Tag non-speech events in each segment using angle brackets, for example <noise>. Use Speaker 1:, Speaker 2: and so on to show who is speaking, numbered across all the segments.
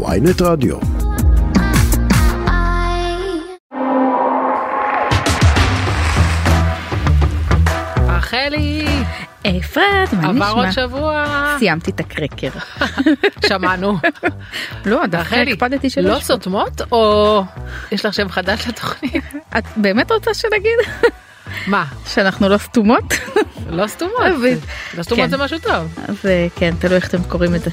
Speaker 1: ויינט רדיו.
Speaker 2: רחלי,
Speaker 3: אפרת, מה
Speaker 2: עבר עוד
Speaker 3: נשמע?
Speaker 2: שבוע.
Speaker 3: סיימתי את הקרקר. <laughs>
Speaker 2: שמענו.
Speaker 3: לא, דווקא
Speaker 2: רחלי,
Speaker 3: הקפדתי שלא.
Speaker 2: לא
Speaker 3: יש-
Speaker 2: סותמות או יש לך שם חדש
Speaker 3: <laughs>
Speaker 2: לתוכנית?
Speaker 3: את באמת רוצה שנגיד <laughs>
Speaker 2: מה,
Speaker 3: שאנחנו לא סתומות? <laughs>
Speaker 2: לא סתומות?
Speaker 3: אוהבים.
Speaker 2: לא סתומות
Speaker 3: כן.
Speaker 2: זה משהו טוב.
Speaker 3: אז אה, כן, תלוי איך אתם קוראים את זה.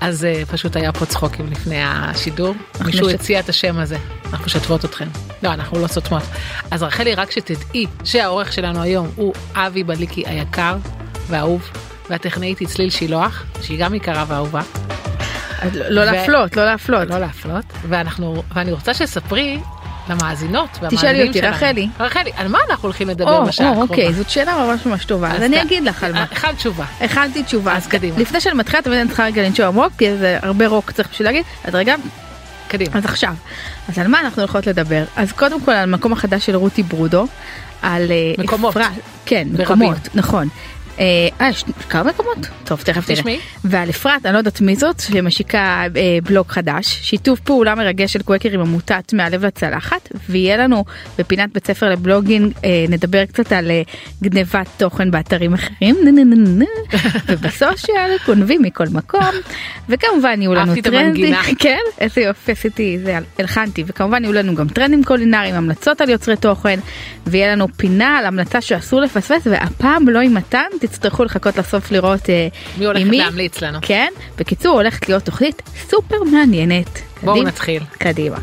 Speaker 2: אז אה, פשוט היה פה צחוקים לפני השידור. מישהו
Speaker 3: נשת-
Speaker 2: הציע את השם הזה, אנחנו משתפות אתכם. לא, אנחנו לא סותמות. אז רחלי, רק שתדעי שהעורך שלנו היום הוא אבי בליקי היקר והאהוב, והטכנאית היא צליל שילוח, שהיא גם יקרה ואהובה.
Speaker 3: אז לא- לא
Speaker 2: ו-
Speaker 3: להפלות, לא להפלות.
Speaker 2: לא להפלות, ואנחנו, ואני רוצה שספרי למאזינות והמאזינים שלנו.
Speaker 3: תשאלי אותי, רחלי.
Speaker 2: רחלי, על מה אנחנו הולכים לדבר
Speaker 3: או,
Speaker 2: בשעה
Speaker 3: או,
Speaker 2: הקרובה?
Speaker 3: אוקיי, זאת שאלה ממש ממש טובה, אז כן. אה,
Speaker 2: אז
Speaker 3: אני
Speaker 2: ת-
Speaker 3: אגיד לך על מה.
Speaker 2: אחד תשובה.
Speaker 3: הכנתי תשובה.
Speaker 2: אז קדימה.
Speaker 3: לפני שאני מתחילה, תמיד אני צריכה רגע לנשום עמוק, כי זה הרבה רוק צריך בשביל להגיד, אז רגע,
Speaker 2: קדימה.
Speaker 3: אז עכשיו. אז על מה אנחנו הולכות לדבר? אז קודם כל על המקום החדש של רותי ברודו, על אה,
Speaker 2: מקומות.
Speaker 3: אפרת, כן,
Speaker 2: ברבים.
Speaker 3: מקומות, נכון. אה, אה, יש כמה מקומות? טוב, תכף תראה.
Speaker 2: תשמעי.
Speaker 3: ועל אפרת, אני לא יודעת מי זאת, שמשיקה אה, בלוג חדש, שיתוף פעולה מרגש של קווקר עם עמותת מהלב לצלחת, ויהיה לנו בפינת בית ספר לבלוגינג, אה, נדבר קצת על אה, גנבת תוכן באתרים אחרים, נה, נה, נה, נה, נה.
Speaker 2: <laughs>
Speaker 3: ובסושיאל גונבים מכל מקום, וכמובן יהיו לנו
Speaker 2: אהבתי את
Speaker 3: טרנדים,
Speaker 2: המנגינה.
Speaker 3: כן, איזה יופי עשיתי, זה הלחנתי, וכמובן יהיו לנו גם טרנדים קולינריים, המלצות על יוצרי תוכן, ויהיה לנו פינה על המלצה שאסור לפספס, והפעם לא עם מתן, תצטרכו לחכות לסוף לראות אה,
Speaker 2: מי הולכת
Speaker 3: עם מי.
Speaker 2: להמליץ לנו?
Speaker 3: כן, בקיצור הולכת להיות תוכנית סופר מעניינת.
Speaker 2: בואו
Speaker 3: קדימה.
Speaker 2: נתחיל.
Speaker 3: קדימה.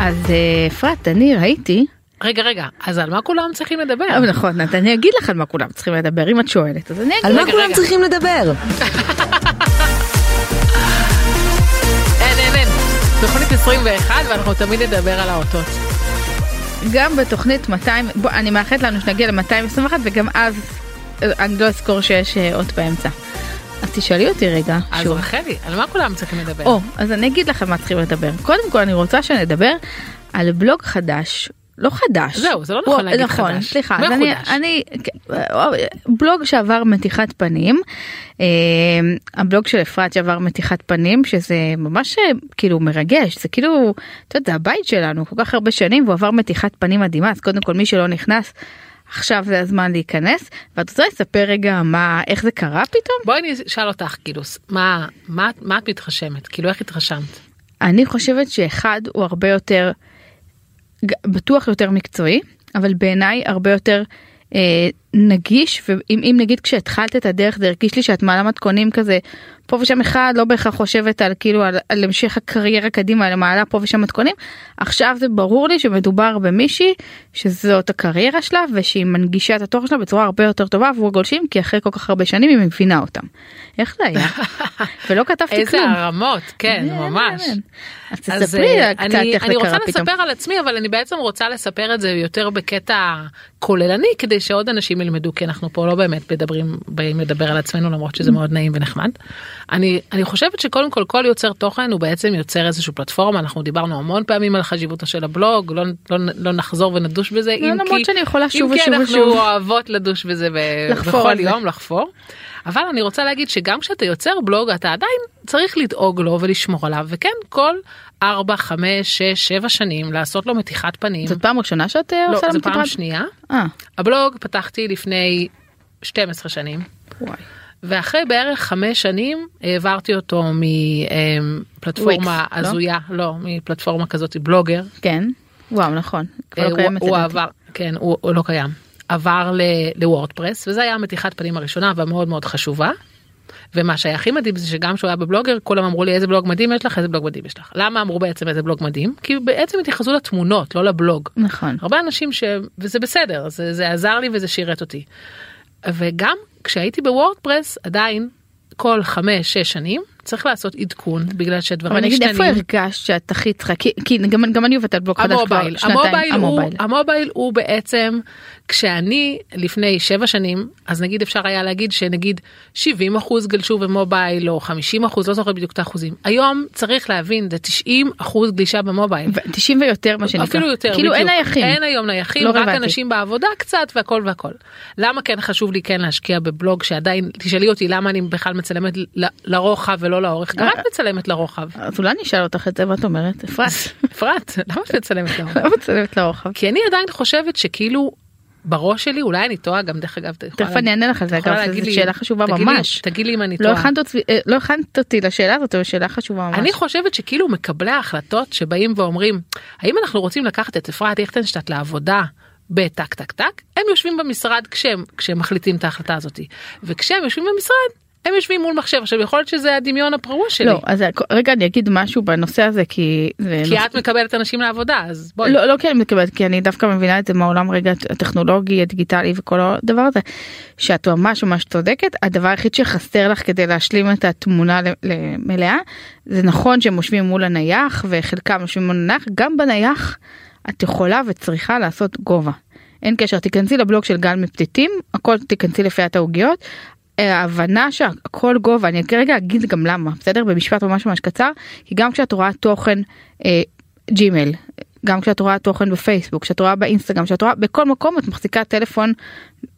Speaker 3: אז אה, אפרת, אני ראיתי,
Speaker 2: רגע, רגע, אז על מה כולם צריכים לדבר?
Speaker 3: אה, נכון, אז אני אגיד לך על מה כולם צריכים לדבר, אם את שואלת, אז אני אגיד.
Speaker 4: על מה
Speaker 2: רגע,
Speaker 4: כולם
Speaker 2: רגע.
Speaker 4: צריכים לדבר?
Speaker 2: <laughs> אין, אין, אין. תוכנית 21 ואנחנו תמיד נדבר על האותות.
Speaker 3: גם בתוכנית 200, בוא, אני מאחלת לנו שנגיע ל-221 וגם אז אה, אני לא אזכור שיש אה, אות באמצע. אז תשאלי אותי רגע,
Speaker 2: אז
Speaker 3: שוב.
Speaker 2: רחלי, על מה כולם צריכים לדבר?
Speaker 3: או, אז אני אגיד לך על מה צריכים לדבר. קודם כל אני רוצה שנדבר על בלוג חדש. לא חדש.
Speaker 2: זהו, זה לא
Speaker 3: הוא-
Speaker 2: נכון להגיד
Speaker 3: נכון,
Speaker 2: חדש.
Speaker 3: סליחה.
Speaker 2: מה
Speaker 3: אז אני,
Speaker 2: חודש?
Speaker 3: אני, כן, אה, בלוג שעבר מתיחת פנים, אה, הבלוג של אפרת שעבר מתיחת פנים, שזה ממש אה, כאילו מרגש, זה כאילו, אתה יודע, זה הבית שלנו כל כך הרבה שנים, והוא עבר מתיחת פנים מדהימה, אז קודם כל מי שלא נכנס, עכשיו זה הזמן להיכנס, ואת רוצה לספר רגע מה, איך זה קרה פתאום?
Speaker 2: בואי אני אשאל אותך, כאילו, ס- מה, מה, מה את מתרשמת? כאילו, איך התרשמת?
Speaker 3: אני חושבת שאחד הוא הרבה יותר ג- בטוח יותר מקצועי אבל בעיניי הרבה יותר אה, נגיש ואם אם נגיד כשהתחלת את הדרך זה הרגיש לי שאת מעלה מתכונים כזה פה ושם אחד לא בהכרח חושבת על כאילו על, על המשך הקריירה קדימה אלא מעלה פה ושם מתכונים עכשיו זה ברור לי שמדובר במישהי שזאת הקריירה שלה ושהיא מנגישה את התוכן שלה בצורה הרבה יותר טובה עבור הגולשים כי אחרי כל כך הרבה שנים היא מבינה אותם. איך זה היה? ולא כתבתי
Speaker 2: איזה
Speaker 3: כלום.
Speaker 2: הרמות, כן,
Speaker 3: אין,
Speaker 2: ממש.
Speaker 3: אין, אין. אז
Speaker 2: אז,
Speaker 3: תספרי
Speaker 2: אה,
Speaker 3: לה קצת
Speaker 2: אני-
Speaker 3: איך זה
Speaker 2: אני
Speaker 3: קרה
Speaker 2: רוצה
Speaker 3: פתאום.
Speaker 2: לספר על עצמי, אבל אני בעצם רוצה לספר את זה יותר בקטע כוללני, כדי שעוד אנשים ילמדו, כי אנחנו פה לא באמת מדברים, באים לדבר על עצמנו, למרות שזה מאוד נעים ונחמד. אני, אני חושבת שקודם כל, כל יוצר תוכן הוא בעצם יוצר איזושהי פלטפורמה, אנחנו דיברנו המון פעמים על חשיבותו של הבלוג, לא, לא, לא נחזור ונדוש בזה,
Speaker 3: לא,
Speaker 2: אם
Speaker 3: למרות
Speaker 2: כי,
Speaker 3: שאני יכולה שוב
Speaker 2: אם כי
Speaker 3: ושוב
Speaker 2: אנחנו
Speaker 3: ושוב.
Speaker 2: אוהבות לדוש בזה ב-
Speaker 3: לחפור
Speaker 2: בכל
Speaker 3: על זה.
Speaker 2: יום, לחפור. אבל אני רוצה להגיד שגם כשאתה יוצר בלוג אתה עדיין צריך לדאוג לו ולשמור עליו וכן כל 4 5 6 7 שנים לעשות לו מתיחת פנים.
Speaker 3: זאת פעם ראשונה שאת אה,
Speaker 2: לא,
Speaker 3: עושה
Speaker 2: זו
Speaker 3: לנו
Speaker 2: פעם
Speaker 3: טיפת-
Speaker 2: שנייה.
Speaker 3: אה,
Speaker 2: הבלוג פתחתי לפני 12 שנים
Speaker 3: וואי.
Speaker 2: ואחרי בערך 5 שנים העברתי אותו מפלטפורמה
Speaker 3: וויקס, לא?
Speaker 2: הזויה לא מפלטפורמה כזאת בלוגר
Speaker 3: כן. וואו נכון. כבר
Speaker 2: אה,
Speaker 3: לא
Speaker 2: הוא-
Speaker 3: קיימת
Speaker 2: הוא
Speaker 3: לדעתי.
Speaker 2: עבר, כן, הוא הוא לא קיים. עבר ל- לוורדפרס, וזה היה המתיחת פנים הראשונה והמאוד מאוד חשובה. ומה שהיה הכי מדהים זה שגם כשהוא היה בבלוגר, כולם אמרו לי איזה בלוג מדהים יש לך, איזה בלוג מדהים יש לך. למה אמרו בעצם איזה בלוג מדהים? כי בעצם התייחסו לתמונות, לא לבלוג.
Speaker 3: נכון.
Speaker 2: הרבה אנשים ש... וזה בסדר, זה, זה עזר לי וזה שירת אותי. וגם כשהייתי בוורדפרס, עדיין כל חמש, שש שנים צריך לעשות עדכון בגלל
Speaker 3: אבל
Speaker 2: שהדברים
Speaker 3: נגיד איפה
Speaker 2: משתנים.
Speaker 3: הרגשת שאת הכי צריכה כי כי גם גם אני עובדת על בלוק חדש כבר
Speaker 2: המובייל,
Speaker 3: שנתיים
Speaker 2: המובייל, הוא,
Speaker 3: המובייל.
Speaker 2: המובייל הוא בעצם כשאני לפני שבע שנים אז נגיד אפשר היה להגיד שנגיד 70 אחוז גלשו במובייל או 50 אחוז לא זוכר בדיוק את האחוזים היום צריך להבין זה 90 אחוז גלישה במובייל.
Speaker 3: ו- 90 ויותר מה שנקרא
Speaker 2: אפילו יותר
Speaker 3: כאילו אין
Speaker 2: בדיוק.
Speaker 3: נייחים
Speaker 2: אין היום נייחים
Speaker 3: לא
Speaker 2: רק
Speaker 3: רלוונטי.
Speaker 2: אנשים בעבודה קצת והכל והכל למה כן חשוב לי כן להשקיע בבלוג שעדיין תשאלי אותי למה אני בכלל מצלמת ל- לרוחב ולא לאורך גם
Speaker 3: אה.
Speaker 2: את מצלמת לרוחב
Speaker 3: אז אולי נשאל אותך את זה מה את אומרת אפרת
Speaker 2: <laughs> אפרת למה את מצלמת לרוחב.
Speaker 3: לא מצלמת לרוחב.
Speaker 2: כי אני עדיין חושבת שכאילו בראש שלי אולי אני טועה גם דרך אגב. את יכולה
Speaker 3: תכף אני אענה לך על זה
Speaker 2: יכולה
Speaker 3: אגב
Speaker 2: להגיד
Speaker 3: זו
Speaker 2: לי-
Speaker 3: שאלה חשובה
Speaker 2: תגיד לי-
Speaker 3: ממש.
Speaker 2: תגיד לי אם אני
Speaker 3: לא
Speaker 2: טועה.
Speaker 3: הכנת אותי- אה, לא הכנת אותי לשאלה הזאת אבל שאלה חשובה ממש.
Speaker 2: אני חושבת שכאילו מקבלי ההחלטות שבאים ואומרים האם אנחנו רוצים לקחת את אפרת ליכטנשטט לעבודה בטק טק טק הם יושבים במשרד כשהם כשהם מחליטים את ההחלטה הזאת וכשהם יושבים במשרד הם יושבים מול מחשב עכשיו יכול להיות שזה הדמיון הפרוע שלי
Speaker 3: לא אז רגע אני אגיד משהו בנושא הזה כי זה
Speaker 2: כי את מקבלת אנשים לעבודה אז בואי
Speaker 3: לא, לא כי אני מתכוונת, כי אני דווקא מבינה את זה מהעולם רגע הטכנולוגי, הדיגיטלי וכל הדבר הזה, שאת ממש ממש צודקת, הדבר היחיד שחסר לך כדי להשלים את התמונה ל- למלאה, זה נכון שהם יושבים מול הנייח וחלקם יושבים מול הנייח, גם בנייח את יכולה וצריכה לעשות גובה. אין קשר, תיכנסי לבלוג של גל מפתיתים, הכל תיכנסי לפיית העוגיות. אה, ההבנה שהכל גובה, אני רגע אגיד גם למה, בסדר? במשפט ממש ממש קצר, כי גם כשאת רואה תוכן אה, ג'ימל, גם כשאת רואה תוכן בפייסבוק, כשאת רואה באינסטגרם, כשאת רואה בכל מקום את מחזיקה טלפון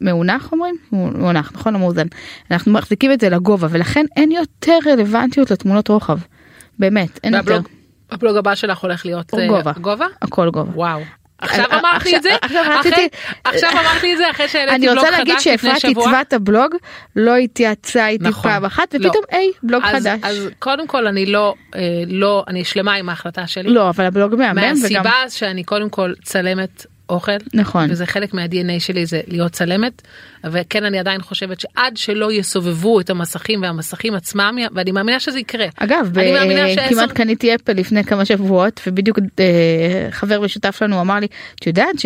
Speaker 3: מאונח אומרים? מאונח, נכון? לא מאוזן. אנחנו מחזיקים את זה לגובה ולכן אין יותר רלוונטיות לתמונות רוחב. באמת, אין יותר.
Speaker 2: והבלוג- הבלוג הבא שלך הולך להיות
Speaker 3: הוא
Speaker 2: אה,
Speaker 3: גובה.
Speaker 2: גובה
Speaker 3: הכל גובה.
Speaker 2: וואו. עכשיו
Speaker 3: אה,
Speaker 2: אמרת לי את זה?
Speaker 3: עכשיו- עכשיו
Speaker 2: אחרי-
Speaker 3: רציתי-
Speaker 2: עכשיו אמרת לי את זה אחרי שהעליתי
Speaker 3: אני
Speaker 2: בלוג חדש לפני שבוע?
Speaker 3: רוצה להגיד שאפרת עיצבה את הבלוג, לא התייעצה איתי
Speaker 2: נכון.
Speaker 3: פעם אחת,
Speaker 2: לא.
Speaker 3: ופתאום היי, בלוג
Speaker 2: אז-
Speaker 3: חדש.
Speaker 2: אז קודם כל אני לא, אה, לא, אני שלמה עם ההחלטה שלי.
Speaker 3: לא, אבל הבלוג מהמם וגם...
Speaker 2: מהסיבה שאני קודם כל צלמת אוכל.
Speaker 3: נכון.
Speaker 2: וזה חלק מה-DNA שלי זה להיות צלמת וכן אני עדיין חושבת שעד שלא יסובבו את המסכים והמסכים עצמם ואני מאמינה שזה יקרה.
Speaker 3: אגב,
Speaker 2: אני מאמינה
Speaker 3: ב-
Speaker 2: שעשר-
Speaker 3: כמעט קניתי אפל לפני כמה שבועות ובדיוק אה, חבר משותף לנו אמר לי את יודעת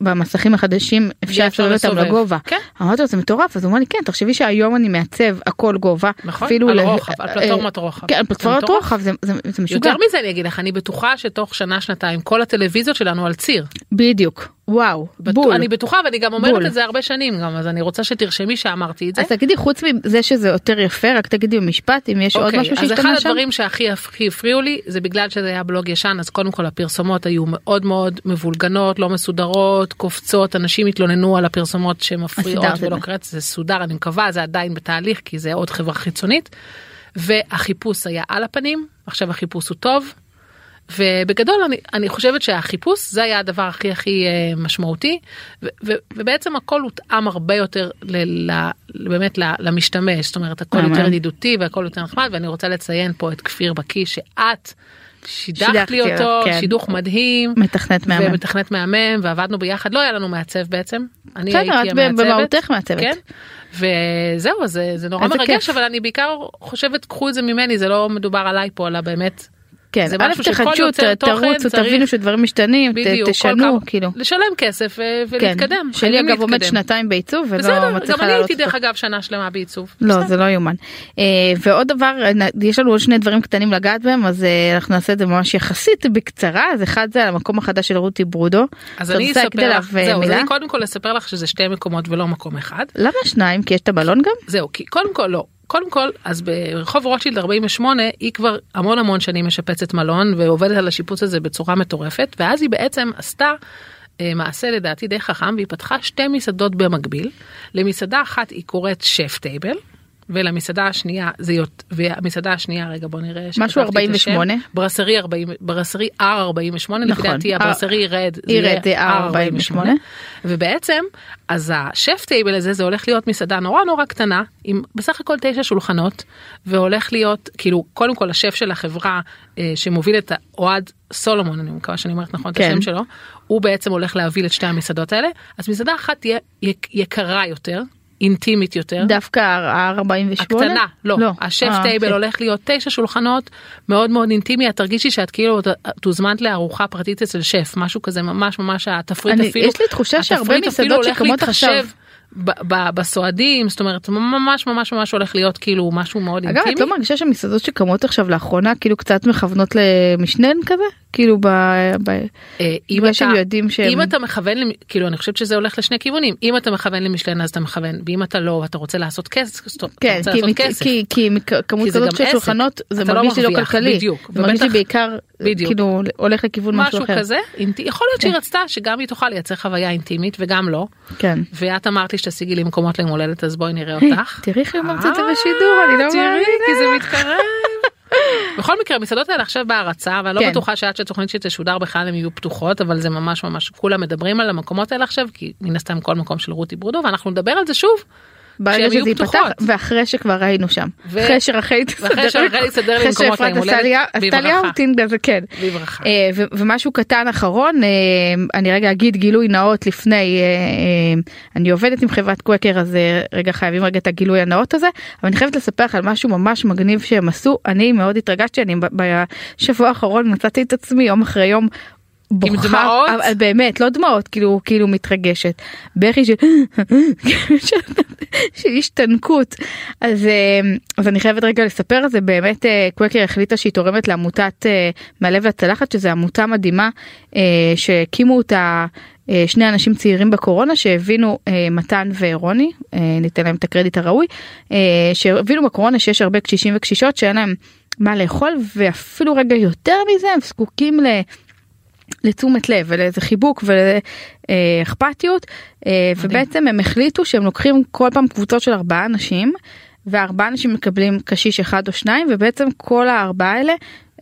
Speaker 3: שבמסכים החדשים אפשר
Speaker 2: אפשר
Speaker 3: לסובב אותם
Speaker 2: לסובב."
Speaker 3: לגובה.
Speaker 2: כן.
Speaker 3: אמרתי לו זה מטורף אז הוא אמר לי כן תחשבי שהיום אני מעצב הכל גובה.
Speaker 2: נכון,
Speaker 3: אפילו
Speaker 2: על
Speaker 3: ל-
Speaker 2: רוחב, על
Speaker 3: אה,
Speaker 2: פלטפורמת רוחב.
Speaker 3: כן על
Speaker 2: זה
Speaker 3: פלטפורמת
Speaker 2: מטורף.
Speaker 3: רוחב זה- זה זה משוגע.
Speaker 2: יותר מזה אני אגיד לך אני בטוחה שתוך שנה שנתיים כל הטלוויזיות שלנו על ציר.
Speaker 3: בדיוק. וואו.
Speaker 2: בטוח-
Speaker 3: בול.
Speaker 2: אני בטוחה ואני גם אומרת
Speaker 3: בול.
Speaker 2: את זה הרבה שנים גם אז אני רוצה שתרשמי שאמרתי את זה.
Speaker 3: אז תגידי חוץ מזה שזה יותר יפה רק תגידי במשפט אם יש עוד
Speaker 2: אוקיי,
Speaker 3: משהו
Speaker 2: אז אחד
Speaker 3: שהשתנה שם.
Speaker 2: הדברים שהכי הכי הפריעו לי זה בגלל שזה היה בלוג ישן אז קודם כל הפרסומות היו מאוד מאוד מבולגנות לא מסודרות קופצות אנשים התלוננו על הפרסומות שמפריעות
Speaker 3: סידרת את
Speaker 2: ולא
Speaker 3: זה.
Speaker 2: קראת זה סודר אני מקווה זה עדיין בתהליך כי זה עוד חברה חיצונית. והחיפוש היה על הפנים עכשיו החיפוש הוא טוב. ובגדול אני, אני חושבת שהחיפוש זה היה הדבר הכי הכי אה, משמעותי ו, ו, ובעצם הכל הותאם הרבה יותר ל, ל, באמת ל, למשתמש זאת אומרת הכל
Speaker 3: מהמם.
Speaker 2: יותר ידידותי והכל יותר נחמד ואני רוצה לציין פה את כפיר בקי שאת שידכת
Speaker 3: שידכתי
Speaker 2: לי אותו
Speaker 3: עליו, כן.
Speaker 2: שידוך מדהים
Speaker 3: מתכנת מהמם.
Speaker 2: ומתכנת מהמם ועבדנו ביחד לא היה לנו מעצב בעצם אני
Speaker 3: בסדר, את
Speaker 2: הייתי
Speaker 3: ב-
Speaker 2: המעצבת.
Speaker 3: במהותך מעצבת.
Speaker 2: כן? וזהו זה זה נורא
Speaker 3: איזה
Speaker 2: מרגש
Speaker 3: כיף.
Speaker 2: אבל אני בעיקר חושבת קחו את זה ממני זה לא מדובר עליי פה אלא באמת
Speaker 3: כן,
Speaker 2: זה
Speaker 3: א'
Speaker 2: משהו שכל
Speaker 3: תחדשו, ת-
Speaker 2: יוצר תוכן
Speaker 3: תרוצו,
Speaker 2: צריך-
Speaker 3: תבינו שדברים משתנים, ת-
Speaker 2: בדיוק כל
Speaker 3: תשנו,
Speaker 2: כמה-
Speaker 3: כאילו.
Speaker 2: לשלם כסף אה,
Speaker 3: כן,
Speaker 2: ולהתקדם.
Speaker 3: שלי
Speaker 2: חייבים
Speaker 3: אגב עומד
Speaker 2: להתקדם.
Speaker 3: שנתיים בעיצוב ולא
Speaker 2: בסדר, גם
Speaker 3: מצליחה
Speaker 2: אני
Speaker 3: לעלות
Speaker 2: הייתי
Speaker 3: אותו.
Speaker 2: דרך אגב שנה שלמה בעיצוב.
Speaker 3: לא
Speaker 2: בסדר.
Speaker 3: זה לא יאומן. אה, ועוד דבר אה, יש לנו עוד שני דברים קטנים לגעת בהם אז אה, אנחנו נעשה את זה ממש יחסית בקצרה אז אחד זה על המקום החדש של רותי ברודו.
Speaker 2: אז
Speaker 3: אתה
Speaker 2: אני
Speaker 3: רוצה להגיד
Speaker 2: אספר לך,
Speaker 3: עליו, אה,
Speaker 2: זהו, אז
Speaker 3: מילה?
Speaker 2: אני קודם כל אספר לך שזה שתי מקומות ולא מקום אחד.
Speaker 3: למה שניים כי יש את הבלון גם?
Speaker 2: זהו, כי קודם כל לא. קודם כל, אז ברחוב רוטשילד 48 היא כבר המון המון שנים משפצת מלון ועובדת על השיפוץ הזה בצורה מטורפת, ואז היא בעצם עשתה אה, מעשה לדעתי די חכם, והיא פתחה שתי מסעדות במקביל. למסעדה אחת היא קוראת שף טייבל, ולמסעדה השנייה זה יות... והמסעדה השנייה רגע בוא נראה שכתבתי את השם.
Speaker 3: 48.
Speaker 2: ברסרי 40 ברסרי R48 לפי
Speaker 3: נכון.
Speaker 2: דעתי
Speaker 3: R-
Speaker 2: הברסרי רד
Speaker 3: רד אה, זה R48.
Speaker 2: ובעצם אז השף טייבל הזה זה הולך להיות מסעדה נורא נורא קטנה עם בסך הכל תשע שולחנות והולך להיות כאילו קודם כל השף של החברה אה, שמוביל את אוהד סולומון אני מקווה שאני אומרת נכון את
Speaker 3: כן.
Speaker 2: השם שלו הוא בעצם הולך להוביל את שתי המסעדות האלה אז מסעדה אחת תהיה יק- יקרה יותר אינטימית יותר.
Speaker 3: דווקא ה-48?
Speaker 2: לא. הקטנה, לא, השף
Speaker 3: אה, אוקיי.
Speaker 2: טייבל הולך להיות תשע שולחנות מאוד מאוד אינטימי, את תרגישי שאת כאילו ת- את הוזמנת לארוחה פרטית אצל שף, משהו כזה ממש ממש התפריט
Speaker 3: אני-
Speaker 2: אפילו,
Speaker 3: יש לי תחושה שהרבה
Speaker 2: התפריט אפילו
Speaker 3: מסעדות
Speaker 2: הולך
Speaker 3: שקמות
Speaker 2: להתחשב
Speaker 3: עכשיו.
Speaker 2: ב- ב- בסועדים זאת אומרת ממש ממש ממש הולך להיות כאילו משהו מאוד
Speaker 3: אגב, את
Speaker 2: אינטימי.
Speaker 3: לא מרגישה שמסעדות שקמות עכשיו לאחרונה כאילו קצת מכוונות למשנן כזה? כאילו ב... ב...
Speaker 2: אה, אם
Speaker 3: בגלל
Speaker 2: אתה-
Speaker 3: שהם יודעים שהם...
Speaker 2: אם אתה מכוון למ- כאילו אני חושבת שזה הולך לשני כיוונים אם אתה מכוון למשלן אז אתה מכוון ואם אתה לא אתה רוצה לעשות כסף אז אתה
Speaker 3: כן,
Speaker 2: רוצה
Speaker 3: כי,
Speaker 2: לעשות
Speaker 3: מכ-
Speaker 2: כסף.
Speaker 3: כי, כי מכמות
Speaker 2: כי זה
Speaker 3: כזאת
Speaker 2: גם
Speaker 3: של
Speaker 2: עסק.
Speaker 3: שולחנות זה
Speaker 2: אתה לא
Speaker 3: מרגיש לי לא
Speaker 2: מרוויח,
Speaker 3: כלכלי.
Speaker 2: בדיוק,
Speaker 3: זה מרגיש לי
Speaker 2: ובטח-
Speaker 3: בעיקר
Speaker 2: בדיוק.
Speaker 3: כאילו הולך לכיוון משהו
Speaker 2: משהו
Speaker 3: אחר.
Speaker 2: כזה אינט- יכול להיות שהיא רצתה שגם היא תוכל לייצר חוויה אינטימית וגם לא
Speaker 3: כן.
Speaker 2: ואת אמרת לי שתשיגי לי מקומות ליום הולדת אז בואי נראה אותך.
Speaker 3: <laughs> תראי איך היא אמרת את זה
Speaker 2: אה,
Speaker 3: בשידור, אני לא
Speaker 2: תראי,
Speaker 3: מאמינה.
Speaker 2: כי זה
Speaker 3: <laughs>
Speaker 2: מתקרב. בכל מקרה המסעדות האלה עכשיו בהרצה ואני
Speaker 3: כן.
Speaker 2: לא בטוחה שעד שהתוכנית שתשודר בכלל הן יהיו פתוחות אבל זה ממש ממש כולם מדברים על המקומות האלה עכשיו כי מן הסתם כל מקום של רותי ברודו ואנחנו נדבר על זה שוב.
Speaker 3: ברגע
Speaker 2: כשהן יהיו
Speaker 3: שזה ייפתח,
Speaker 2: פתוחות.
Speaker 3: ואחרי שכבר היינו שם.
Speaker 2: ו-
Speaker 3: אחרי שרחלי תסדר
Speaker 2: ואחרי שרחלי תסדר לי
Speaker 3: אחרי
Speaker 2: מקומות ליום
Speaker 3: שאפרת עשתה לי-
Speaker 2: הולדת,
Speaker 3: עשתה לי
Speaker 2: בברכה.
Speaker 3: אאוטינג הזה, כן.
Speaker 2: בברכה.
Speaker 3: אה, ו- ומשהו קטן אחרון אה, אני רגע אגיד גילוי נאות לפני אה, אה, אני עובדת עם חברת קווקר אז אה, רגע חייבים רגע את הגילוי הנאות הזה אבל אני חייבת לספר לך על משהו ממש מגניב שהם עשו אני מאוד התרגשתי אני ב- בשבוע האחרון מצאתי את עצמי יום אחרי יום. בוכה,
Speaker 2: דמעות?
Speaker 3: אבל באמת לא דמעות כאילו כאילו מתרגשת בכי של <laughs> של השתנקות אז אה, אז אני חייבת רגע לספר על זה באמת אה, קווקר החליטה שהיא תורמת לעמותת אה, מהלב לצלחת שזה עמותה מדהימה אה, שהקימו אותה אה, שני אנשים צעירים בקורונה שהבינו אה, מתן ורוני אה, ניתן להם את הקרדיט הראוי אה, שהבינו בקורונה שיש הרבה קשישים וקשישות שאין להם מה לאכול ואפילו רגע יותר מזה הם זקוקים ל... לתשומת לב ולאיזה חיבוק ולאכפתיות אה, ובעצם הם החליטו שהם לוקחים כל פעם קבוצות של ארבעה אנשים וארבעה אנשים מקבלים קשיש אחד או שניים ובעצם כל הארבעה האלה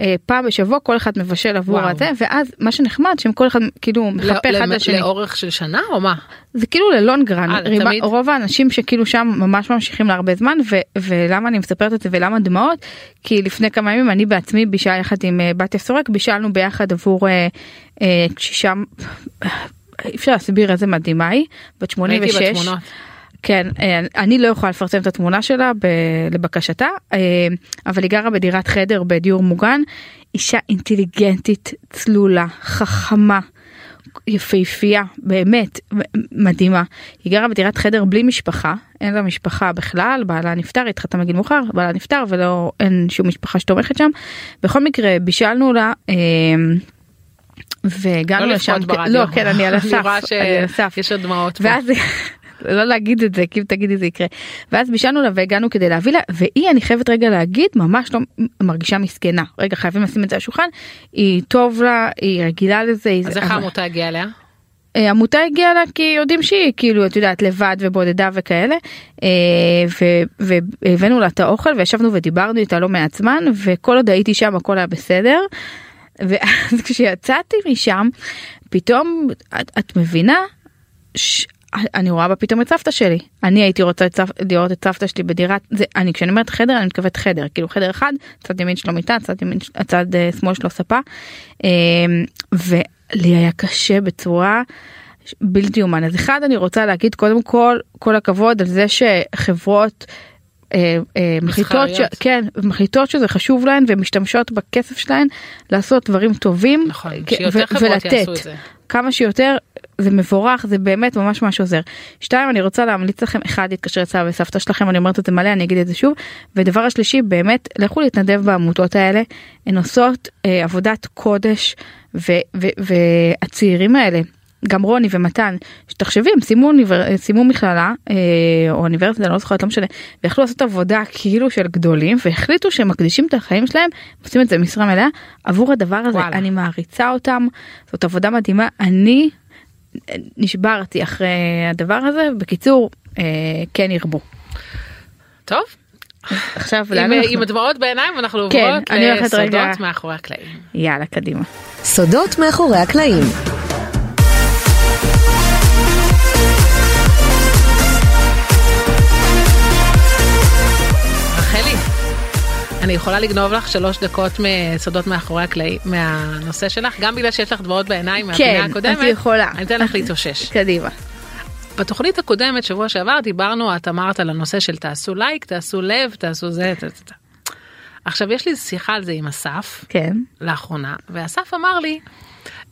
Speaker 3: אה, פעם בשבוע כל אחד מבשל עבור
Speaker 2: וואו.
Speaker 3: הזה ואז מה שנחמד שהם כל אחד כאילו מחפה
Speaker 2: לא-
Speaker 3: אחד
Speaker 2: למ-
Speaker 3: לשני
Speaker 2: לאורך של שנה או מה?
Speaker 3: זה כאילו ללונגרן
Speaker 2: אה, זה
Speaker 3: ריבה-
Speaker 2: תמיד?
Speaker 3: רוב האנשים שכאילו שם ממש ממשיכים להרבה זמן ו, ולמה אני מספרת את זה ולמה דמעות כי לפני כמה ימים אני בעצמי בישל יחד עם אה, בתיה סורק בישלנו ביחד עבור אה, אה, קשישה אי אפשר להסביר איזה מדהימה היא בת 86.
Speaker 2: ראיתי בתמונות.
Speaker 3: כן, אה, אני לא יכולה לפרסם את התמונה שלה ב, לבקשתה, אה, אבל היא גרה בדירת חדר בדיור מוגן. אישה אינטליגנטית, צלולה, חכמה, יפהפייה, באמת מ- מדהימה. היא גרה בדירת חדר בלי משפחה, אין לה משפחה בכלל, בעלה נפטר, היא התחתנה בגיל מאוחר, בעלה נפטר ולא, אין שום משפחה שתומכת שם. בכל מקרה, בישלנו לה. אה, והגענו
Speaker 2: לא
Speaker 3: לשם,
Speaker 2: לבכות ברדיו.
Speaker 3: לא כן אני על הסף,
Speaker 2: אני רואה
Speaker 3: אני על הסף.
Speaker 2: שיש עוד דמעות פה.
Speaker 3: ואז לא להגיד את זה כי אם תגידי זה יקרה ואז בישלנו לה והגענו כדי להביא לה והיא אני חייבת רגע להגיד ממש לא מרגישה מסכנה רגע חייבים לשים את זה על השולחן היא טוב לה היא רגילה לזה. היא-
Speaker 2: אז איך
Speaker 3: אבל-
Speaker 2: העמותה הגיעה אליה?
Speaker 3: אה, עמותה הגיעה לה כי יודעים שהיא כאילו את יודעת לבד ובודדה וכאלה אה, ו- והבאנו לה את האוכל וישבנו ודיברנו איתה לא מעט זמן וכל עוד הייתי שם הכל היה בסדר. ואז <laughs> כשיצאתי משם פתאום את, את מבינה ש... אני רואה בה פתאום את סבתא שלי אני הייתי רוצה את סבתא, לראות את סבתא שלי בדירת זה אני כשאני אומרת חדר אני מתכוונת חדר כאילו חדר אחד צד ימין שלו מיטה צד ימין צד אה, שמאל שלו ספה אה, ולי היה קשה בצורה ש- בלתי אומן אז אחד אני רוצה להגיד קודם כל כל הכבוד על זה שחברות. אה, אה, מחליטות, ש...
Speaker 2: מסחריות.
Speaker 3: כן, מחליטות שזה חשוב להן ומשתמשות בכסף שלהן לעשות דברים טובים
Speaker 2: נכון,
Speaker 3: כן,
Speaker 2: שיותר
Speaker 3: ו-
Speaker 2: חברות יעשו את זה.
Speaker 3: כמה שיותר זה מבורך זה באמת ממש ממש עוזר. שתיים אני רוצה להמליץ לכם אחד להתקשר לסבא וסבתא שלכם אני אומרת את זה מלא אני אגיד את זה שוב ודבר השלישי באמת לכו להתנדב בעמותות האלה הן עושות אה, עבודת קודש ו- ו- והצעירים האלה. גם רוני ומתן שתחשבי הם סיימו אוניבר- סיימו מכללה אה, או אוניברסיטה אני לא זוכרת לא משנה ויכלו לעשות עבודה כאילו של גדולים והחליטו שהם מקדישים את החיים שלהם עושים את זה משרה מלאה עבור הדבר הזה
Speaker 2: וואלה.
Speaker 3: אני מעריצה אותם זאת עבודה מדהימה אני אה, נשברתי אחרי הדבר הזה בקיצור אה, כן ירבו
Speaker 2: טוב,
Speaker 3: עכשיו
Speaker 2: עם-
Speaker 3: לאן אנחנו?
Speaker 2: עם הדמעות בעיניים אנחנו
Speaker 3: כן,
Speaker 2: עוברות
Speaker 3: אני הולכת רגע-
Speaker 2: לסודות מאחורי הקלעים.
Speaker 3: יאללה קדימה
Speaker 1: סודות מאחורי הקלעים.
Speaker 2: רחלי, אני יכולה לגנוב לך שלוש דקות מסודות מאחורי הקלעים, מהנושא שלך, גם בגלל שיש לך דמעות בעיניים מהפינה
Speaker 3: כן
Speaker 2: הקודמת.
Speaker 3: את יכולה
Speaker 2: אני אתן לך להתאושש.
Speaker 3: קדימה
Speaker 2: בתוכנית הקודמת, שבוע שעבר, דיברנו, את אמרת על הנושא של תעשו לייק, תעשו לב, תעשו זה, ת- ת- ת. עכשיו, יש לי שיחה על זה עם אסף,
Speaker 3: כן
Speaker 2: לאחרונה, ואסף אמר לי,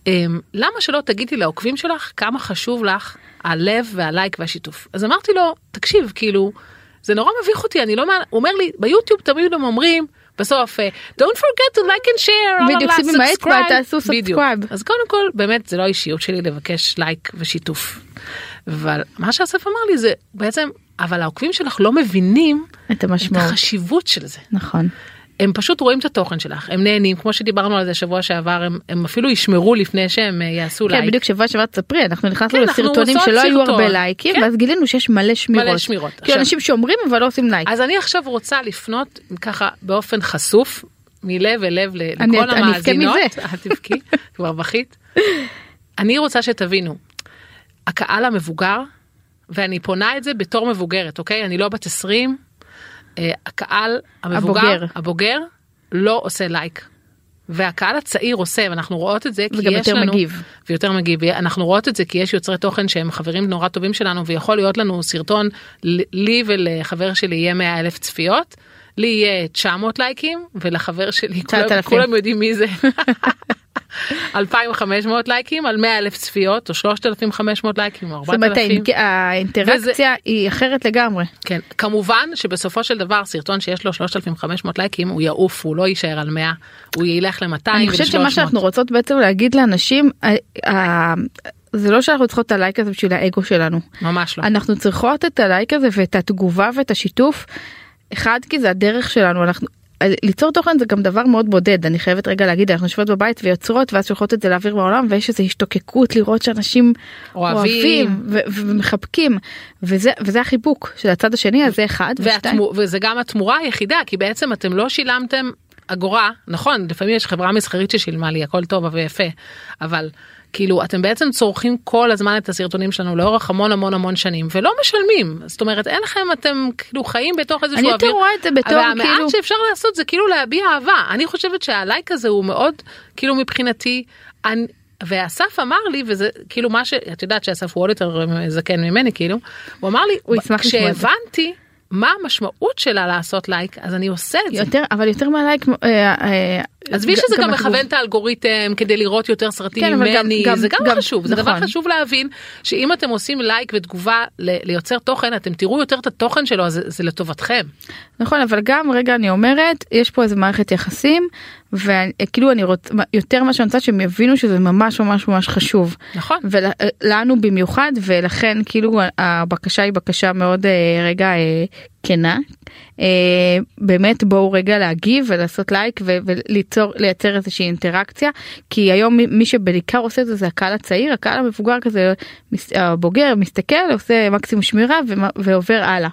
Speaker 2: אמ, למה שלא תגידי לעוקבים שלך כמה חשוב לך הלב והלייק והשיתוף. אז אמרתי לו, תקשיב, כאילו, זה נורא מביך אותי, אני לא מה... הוא אומר לי, ביוטיוב תמיד הם אומרים, בסוף, אה, don't forget to like and share, la, la,
Speaker 3: בדיוק,
Speaker 2: la,
Speaker 3: שימי עם האצבע,
Speaker 2: subscribe."
Speaker 3: תעשו
Speaker 2: בדיוק.
Speaker 3: subscribe.
Speaker 2: אז קודם כל, באמת, זה לא האישיות שלי לבקש לייק ושיתוף. אבל מה שאסף אמר לי זה, בעצם, אבל העוקבים שלך לא מבינים
Speaker 3: את
Speaker 2: את
Speaker 3: המשמעות.
Speaker 2: החשיבות של זה.
Speaker 3: נכון.
Speaker 2: הם פשוט רואים את התוכן שלך, הם נהנים, כמו שדיברנו על זה שבוע שעבר, הם, הם אפילו ישמרו לפני שהם אה, יעשו
Speaker 3: כן,
Speaker 2: לייק.
Speaker 3: בדיוק שבוע שעבר תספרי, אנחנו נכנסנו
Speaker 2: כן, אנחנו
Speaker 3: לסרטונים
Speaker 2: עושות
Speaker 3: שלא היו
Speaker 2: סרטון.
Speaker 3: הרבה לייקים,
Speaker 2: כן.
Speaker 3: ואז גילינו שיש מלא שמירות.
Speaker 2: מלא שמירות.
Speaker 3: כאילו
Speaker 2: עכשיו- אה,
Speaker 3: אנשים שאומרים אבל לא עושים לייק.
Speaker 2: אז אני עכשיו רוצה לפנות ככה באופן חשוף, מלב אל לב ל-
Speaker 3: אני-
Speaker 2: לכל
Speaker 3: אני אבכה
Speaker 2: המאזינות. <laughs>
Speaker 3: מזה.
Speaker 2: אל תבכי, כבר בכית. אני רוצה שתבינו, הקהל המבוגר, ואני פונה את זה בתור מבוגרת, אוקיי? אני לא בת 20, אה, הקהל המבוגר,
Speaker 3: הבוגר.
Speaker 2: הבוגר, הבוגר לא עושה לייק. והקהל הצעיר עושה, ואנחנו רואות את זה כי יש
Speaker 3: וגם
Speaker 2: לנו...
Speaker 3: יותר מגיב.
Speaker 2: ויותר מגיב. אנחנו רואות את זה כי יש יוצרי תוכן שהם חברים נורא טובים שלנו ויכול להיות לנו סרטון ל- לי ולחבר שלי יהיה 100 אלף צפיות. לי יהיה 900 לייקים ולחבר שלי כולם-
Speaker 3: 9,000.
Speaker 2: כולם יודעים מי זה <laughs> 2500 לייקים על 100 אלף צפיות או 3500 לייקים או
Speaker 3: זאת אומרת כן.
Speaker 2: 4000.
Speaker 3: האינק- האינטראקציה היא אחרת לגמרי.
Speaker 2: כן, כמובן שבסופו של דבר סרטון שיש לו 3500 לייקים הוא יעוף הוא לא יישאר על 100 הוא ילך ל200 ול300.
Speaker 3: אני חושבת שמה שאנחנו רוצות בעצם להגיד לאנשים, ה- ה- זה לא שאנחנו צריכות את הלייק הזה בשביל האגו שלנו.
Speaker 2: ממש לא.
Speaker 3: אנחנו צריכות את הלייק הזה ואת התגובה ואת השיתוף. אחד כי זה הדרך שלנו אנחנו אה, ליצור תוכן זה גם דבר מאוד בודד אני חייבת רגע להגיד אנחנו יושבות בבית ויוצרות ואז שולחות את זה לאוויר בעולם ויש איזו השתוקקות לראות שאנשים
Speaker 2: אוהבים.
Speaker 3: אוהבים ו- ומחבקים וזה וזה החיבוק של הצד השני אז זה אחד ושתיים-
Speaker 2: והתמו, וזה גם התמורה היחידה כי בעצם אתם לא שילמתם אגורה נכון לפעמים יש חברה מסחרית ששילמה לי הכל טוב ויפה אבל כאילו אתם בעצם צורכים כל הזמן את הסרטונים שלנו לאורך המון המון המון שנים ולא משלמים זאת אומרת אין לכם אתם כאילו חיים בתוך איזשהו
Speaker 3: אני
Speaker 2: אוויר.
Speaker 3: יותר רואה את זה בתור
Speaker 2: אבל המעט
Speaker 3: כאילו-
Speaker 2: שאפשר לעשות זה כאילו להביע אהבה אני חושבת שהלייק הזה הוא מאוד כאילו מבחינתי. אני, ואסף אמר לי וזה כאילו מה שאת יודעת שאסף הוא עוד יותר זקן ממני כאילו הוא אמר לי
Speaker 3: הוא ישמח לשמוע את זה.
Speaker 2: כשהבנתי מה המשמעות שלה לעשות לייק אז אני עושה את זה.
Speaker 3: יותר אבל יותר מהלייק אה, אה,
Speaker 2: עזבי שזה גם
Speaker 3: החיבוק.
Speaker 2: מכוון את האלגוריתם כדי לראות יותר סרטים
Speaker 3: כן, אבל גם-
Speaker 2: ממני
Speaker 3: גם-
Speaker 2: זה גם
Speaker 3: גם-
Speaker 2: חשוב זה
Speaker 3: נכון.
Speaker 2: דבר חשוב להבין שאם אתם עושים לייק ותגובה ל- ליוצר תוכן אתם תראו יותר את התוכן שלו אז זה- זה לטובתכם.
Speaker 3: נכון אבל גם רגע אני אומרת יש פה איזה מערכת יחסים וכאילו אני רוצה יותר מה שאני רוצה שהם יבינו שזה ממש ממש ממש חשוב
Speaker 2: נכון.
Speaker 3: ולנו במיוחד ולכן כאילו הבקשה היא בקשה מאוד אה, רגע אה, כנה אה, באמת בואו רגע להגיב ולעשות לייק ו- וליצור לייצר איזושהי אינטראקציה כי היום מי- מי שבעיקר עושה את זה זה הקהל הצעיר הקהל המבוגר כזה מס- הבוגר מסתכל עושה מקסימום שמירה ומ- ועובר הלאה.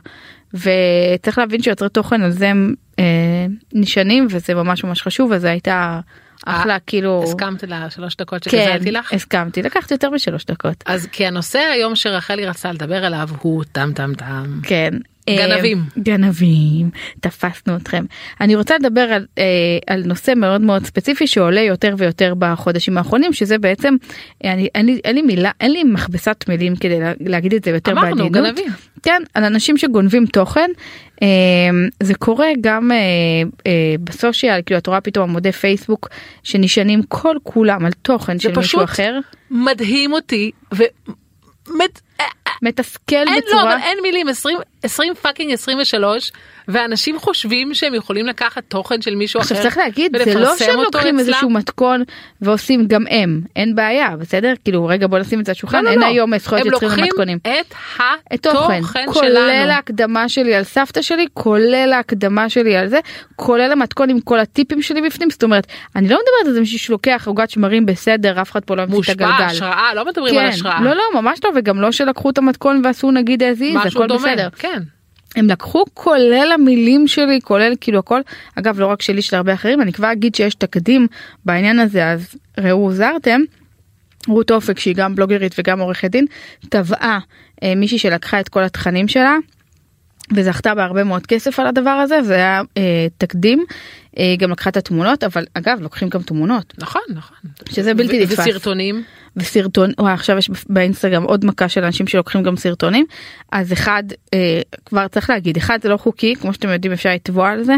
Speaker 3: וצריך להבין שיוצרי תוכן על זה הם אה, נשענים וזה ממש ממש חשוב אז הייתה אחלה כאילו.
Speaker 2: אה, הסכמת לשלוש דקות
Speaker 3: כן,
Speaker 2: שגזלתי לך?
Speaker 3: הסכמתי, לקחת יותר משלוש דקות.
Speaker 2: אז כי הנושא היום שרחלי רצתה לדבר עליו הוא טם טם טם.
Speaker 3: כן.
Speaker 2: גנבים.
Speaker 3: אה, גנבים, תפסנו אתכם. אני רוצה לדבר על, אה, על נושא מאוד מאוד ספציפי שעולה יותר ויותר בחודשים האחרונים, שזה בעצם, אה, אני, אין, לי, אין לי מילה, אין לי מכבסת מילים כדי לה, להגיד את זה יותר
Speaker 2: אמרנו,
Speaker 3: בעדינות.
Speaker 2: גנבים.
Speaker 3: כן, על אנשים שגונבים תוכן. אה, זה קורה גם אה, אה, בסושיאל, כאילו את רואה פתאום עמודי פייסבוק שנשענים כל כולם על תוכן של מישהו
Speaker 2: פשוט
Speaker 3: אחר.
Speaker 2: מדהים אותי ומת...
Speaker 3: מתסכל
Speaker 2: אין
Speaker 3: בצורה...
Speaker 2: לא, אבל אין מילים 20 20 פאקינג 23 ואנשים חושבים שהם יכולים לקחת תוכן של מישהו אחר.
Speaker 3: עכשיו צריך להגיד זה לא
Speaker 2: ולפרסם
Speaker 3: שהם
Speaker 2: אותו
Speaker 3: לוקחים
Speaker 2: אצלם.
Speaker 3: איזשהו מתכון ועושים גם הם אין בעיה בסדר כאילו רגע בוא נשים את זה על
Speaker 2: לא,
Speaker 3: השולחן
Speaker 2: לא,
Speaker 3: אין
Speaker 2: לא.
Speaker 3: היום זכויות
Speaker 2: הם
Speaker 3: יוצרים
Speaker 2: לוקחים
Speaker 3: ומתכונים.
Speaker 2: את
Speaker 3: את תוכן,
Speaker 2: התוכן
Speaker 3: כולל
Speaker 2: שלנו.
Speaker 3: ההקדמה שלי על סבתא שלי, כולל ההקדמה שלי על זה, כולל המתכון עם כל הטיפים שלי בפנים, זאת אומרת, אני לא מדברת על זה מישהו שלוקח עוגת שמרים בסדר, אף אחד פה לא המציא את
Speaker 2: מושפע,
Speaker 3: הגלגל.
Speaker 2: השראה, לא מדברים על
Speaker 3: כן,
Speaker 2: השראה.
Speaker 3: לא לא ממש לא וגם לא שלקחו את המתכון ועשו נגיד as is,
Speaker 2: משהו
Speaker 3: הכל
Speaker 2: דומה,
Speaker 3: בסדר.
Speaker 2: כן.
Speaker 3: הם לקחו כולל המילים שלי כולל כאילו הכל אגב לא רק שלי של הרבה אחרים אני כבר אגיד שיש תקדים בעניין הזה אז ראו הוזהרתם. רות אופק שהיא גם בלוגרית וגם עורכת דין תבעה אה, מישהי שלקחה את כל התכנים שלה וזכתה בהרבה מאוד כסף על הדבר הזה זה היה אה, תקדים אה, גם לקחה את התמונות, אבל אגב, לוקחים גם תמונות,
Speaker 2: נכון, נכון.
Speaker 3: שזה בלתי
Speaker 2: ו-
Speaker 3: נתפס.
Speaker 2: וסרטונים.
Speaker 3: וסרטון, וואי, עכשיו יש באינסטגרם עוד מכה של אנשים שלוקחים גם סרטונים, אז אחד, אה, כבר צריך להגיד, אחד זה לא חוקי, כמו שאתם יודעים אפשר לתבוע על זה.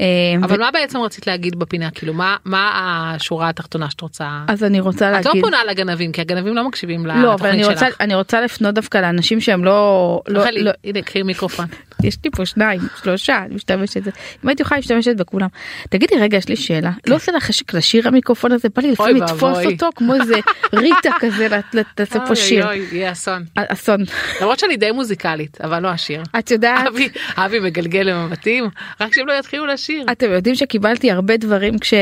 Speaker 3: אה,
Speaker 2: אבל מה בעצם רצית להגיד בפינה? כאילו, מה- מה השורה התחתונה שאת רוצה?
Speaker 3: אז אני רוצה
Speaker 2: את לא
Speaker 3: להגיד,
Speaker 2: פונה לגנבים, כי הגנבים לא מקשיבים
Speaker 3: לא, אבל
Speaker 2: לתוכנית
Speaker 3: אני רוצה,
Speaker 2: שלך.
Speaker 3: אני רוצה לפנות דווקא לאנשים שהם לא, לא,
Speaker 2: רחלי,
Speaker 3: לא,
Speaker 2: הנה, קחי
Speaker 3: <laughs>
Speaker 2: מיקרופון.
Speaker 3: יש לי פה שניים, שלושה, אני משתמשת בזה. אם הייתי יכולה להשתמשת בכולם. תגידי רגע, יש לי שאלה, לא עושה לך חשק לשיר המיקרופון הזה? בא לי לפעמים
Speaker 2: אוי
Speaker 3: לתפוס
Speaker 2: ואבוי.
Speaker 3: אותו כמו איזה ריטה כזה, לת- לת- תעשה פה
Speaker 2: <laughs> אוי,
Speaker 3: שיר.
Speaker 2: אוי, אוי, יהיה אסון.
Speaker 3: אסון.
Speaker 2: למרות שאני די מוזיקלית, אבל לא השיר.
Speaker 3: את יודעת,
Speaker 2: אבי, אבי מגלגל למבטים, רק שהם לא יתחילו לשיר.
Speaker 3: אתם יודעים שקיבלתי הרבה דברים כש...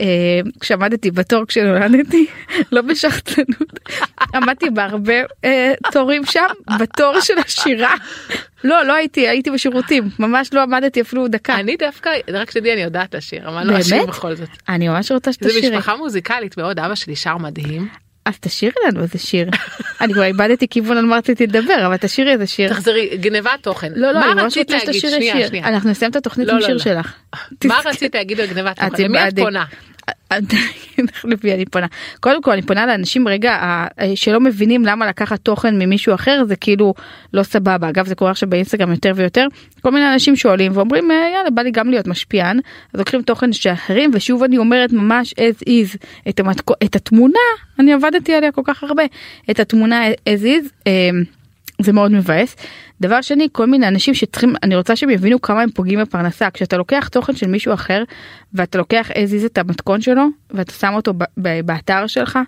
Speaker 3: אה, כשעמדתי בתור כשנולדתי, <laughs> לא בשחצנות,
Speaker 2: <laughs>
Speaker 3: עמדתי בהרבה אה, תורים שם, בתור של השירה. לא, לא הייתי, הייתי בשירותים, ממש לא עמדתי אפילו דקה.
Speaker 2: אני דווקא, רק שתדעי, אני יודעת לשיר, אבל לא
Speaker 3: באמת?
Speaker 2: אשיר בכל זאת.
Speaker 3: אני ממש רוצה
Speaker 2: זו
Speaker 3: שתשירי.
Speaker 2: משפחה מוזיקלית מאוד, אבא שלי שר מדהים.
Speaker 3: אז תשאירי לנו איזה שיר. אני כבר איבדתי כיוון על מה רציתי לדבר, אבל תשאירי איזה שיר.
Speaker 2: תחזרי, גניבת תוכן.
Speaker 3: לא, לא,
Speaker 2: מה
Speaker 3: אני ממש
Speaker 2: רצית
Speaker 3: רוצה
Speaker 2: להגיד?
Speaker 3: שתשאירי
Speaker 2: שנייה,
Speaker 3: שיר.
Speaker 2: שנייה.
Speaker 3: אנחנו נסיים את התוכנית
Speaker 2: לא,
Speaker 3: עם
Speaker 2: לא,
Speaker 3: שיר
Speaker 2: לא.
Speaker 3: שלך.
Speaker 2: מה
Speaker 3: תסתכלי.
Speaker 2: רצית להגיד על גניבת
Speaker 3: את
Speaker 2: תוכן? למי את
Speaker 3: בעדי.
Speaker 2: פונה?
Speaker 3: למי אני פונה קודם כל אני פונה לאנשים רגע ה- אה, שלא מבינים למה לקחת תוכן ממישהו אחר זה כאילו לא סבבה אגב זה קורה עכשיו באינסטגרם יותר ויותר כל מיני אנשים שואלים ואומרים "אה, יאללה בא לי גם להיות משפיען אז לוקחים תוכן של אחרים ושוב אני אומרת ממש as is את, המתכו, את התמונה אני עבדתי עליה כל כך הרבה את התמונה as is. אמ, זה מאוד מבאס. דבר שני, כל מיני אנשים שצריכים, אני רוצה שהם יבינו כמה הם פוגעים בפרנסה. כשאתה לוקח תוכן של מישהו אחר, ואתה לוקח הזיז את המתכון שלו, ואתה שם אותו ב- ב- באתר שלך,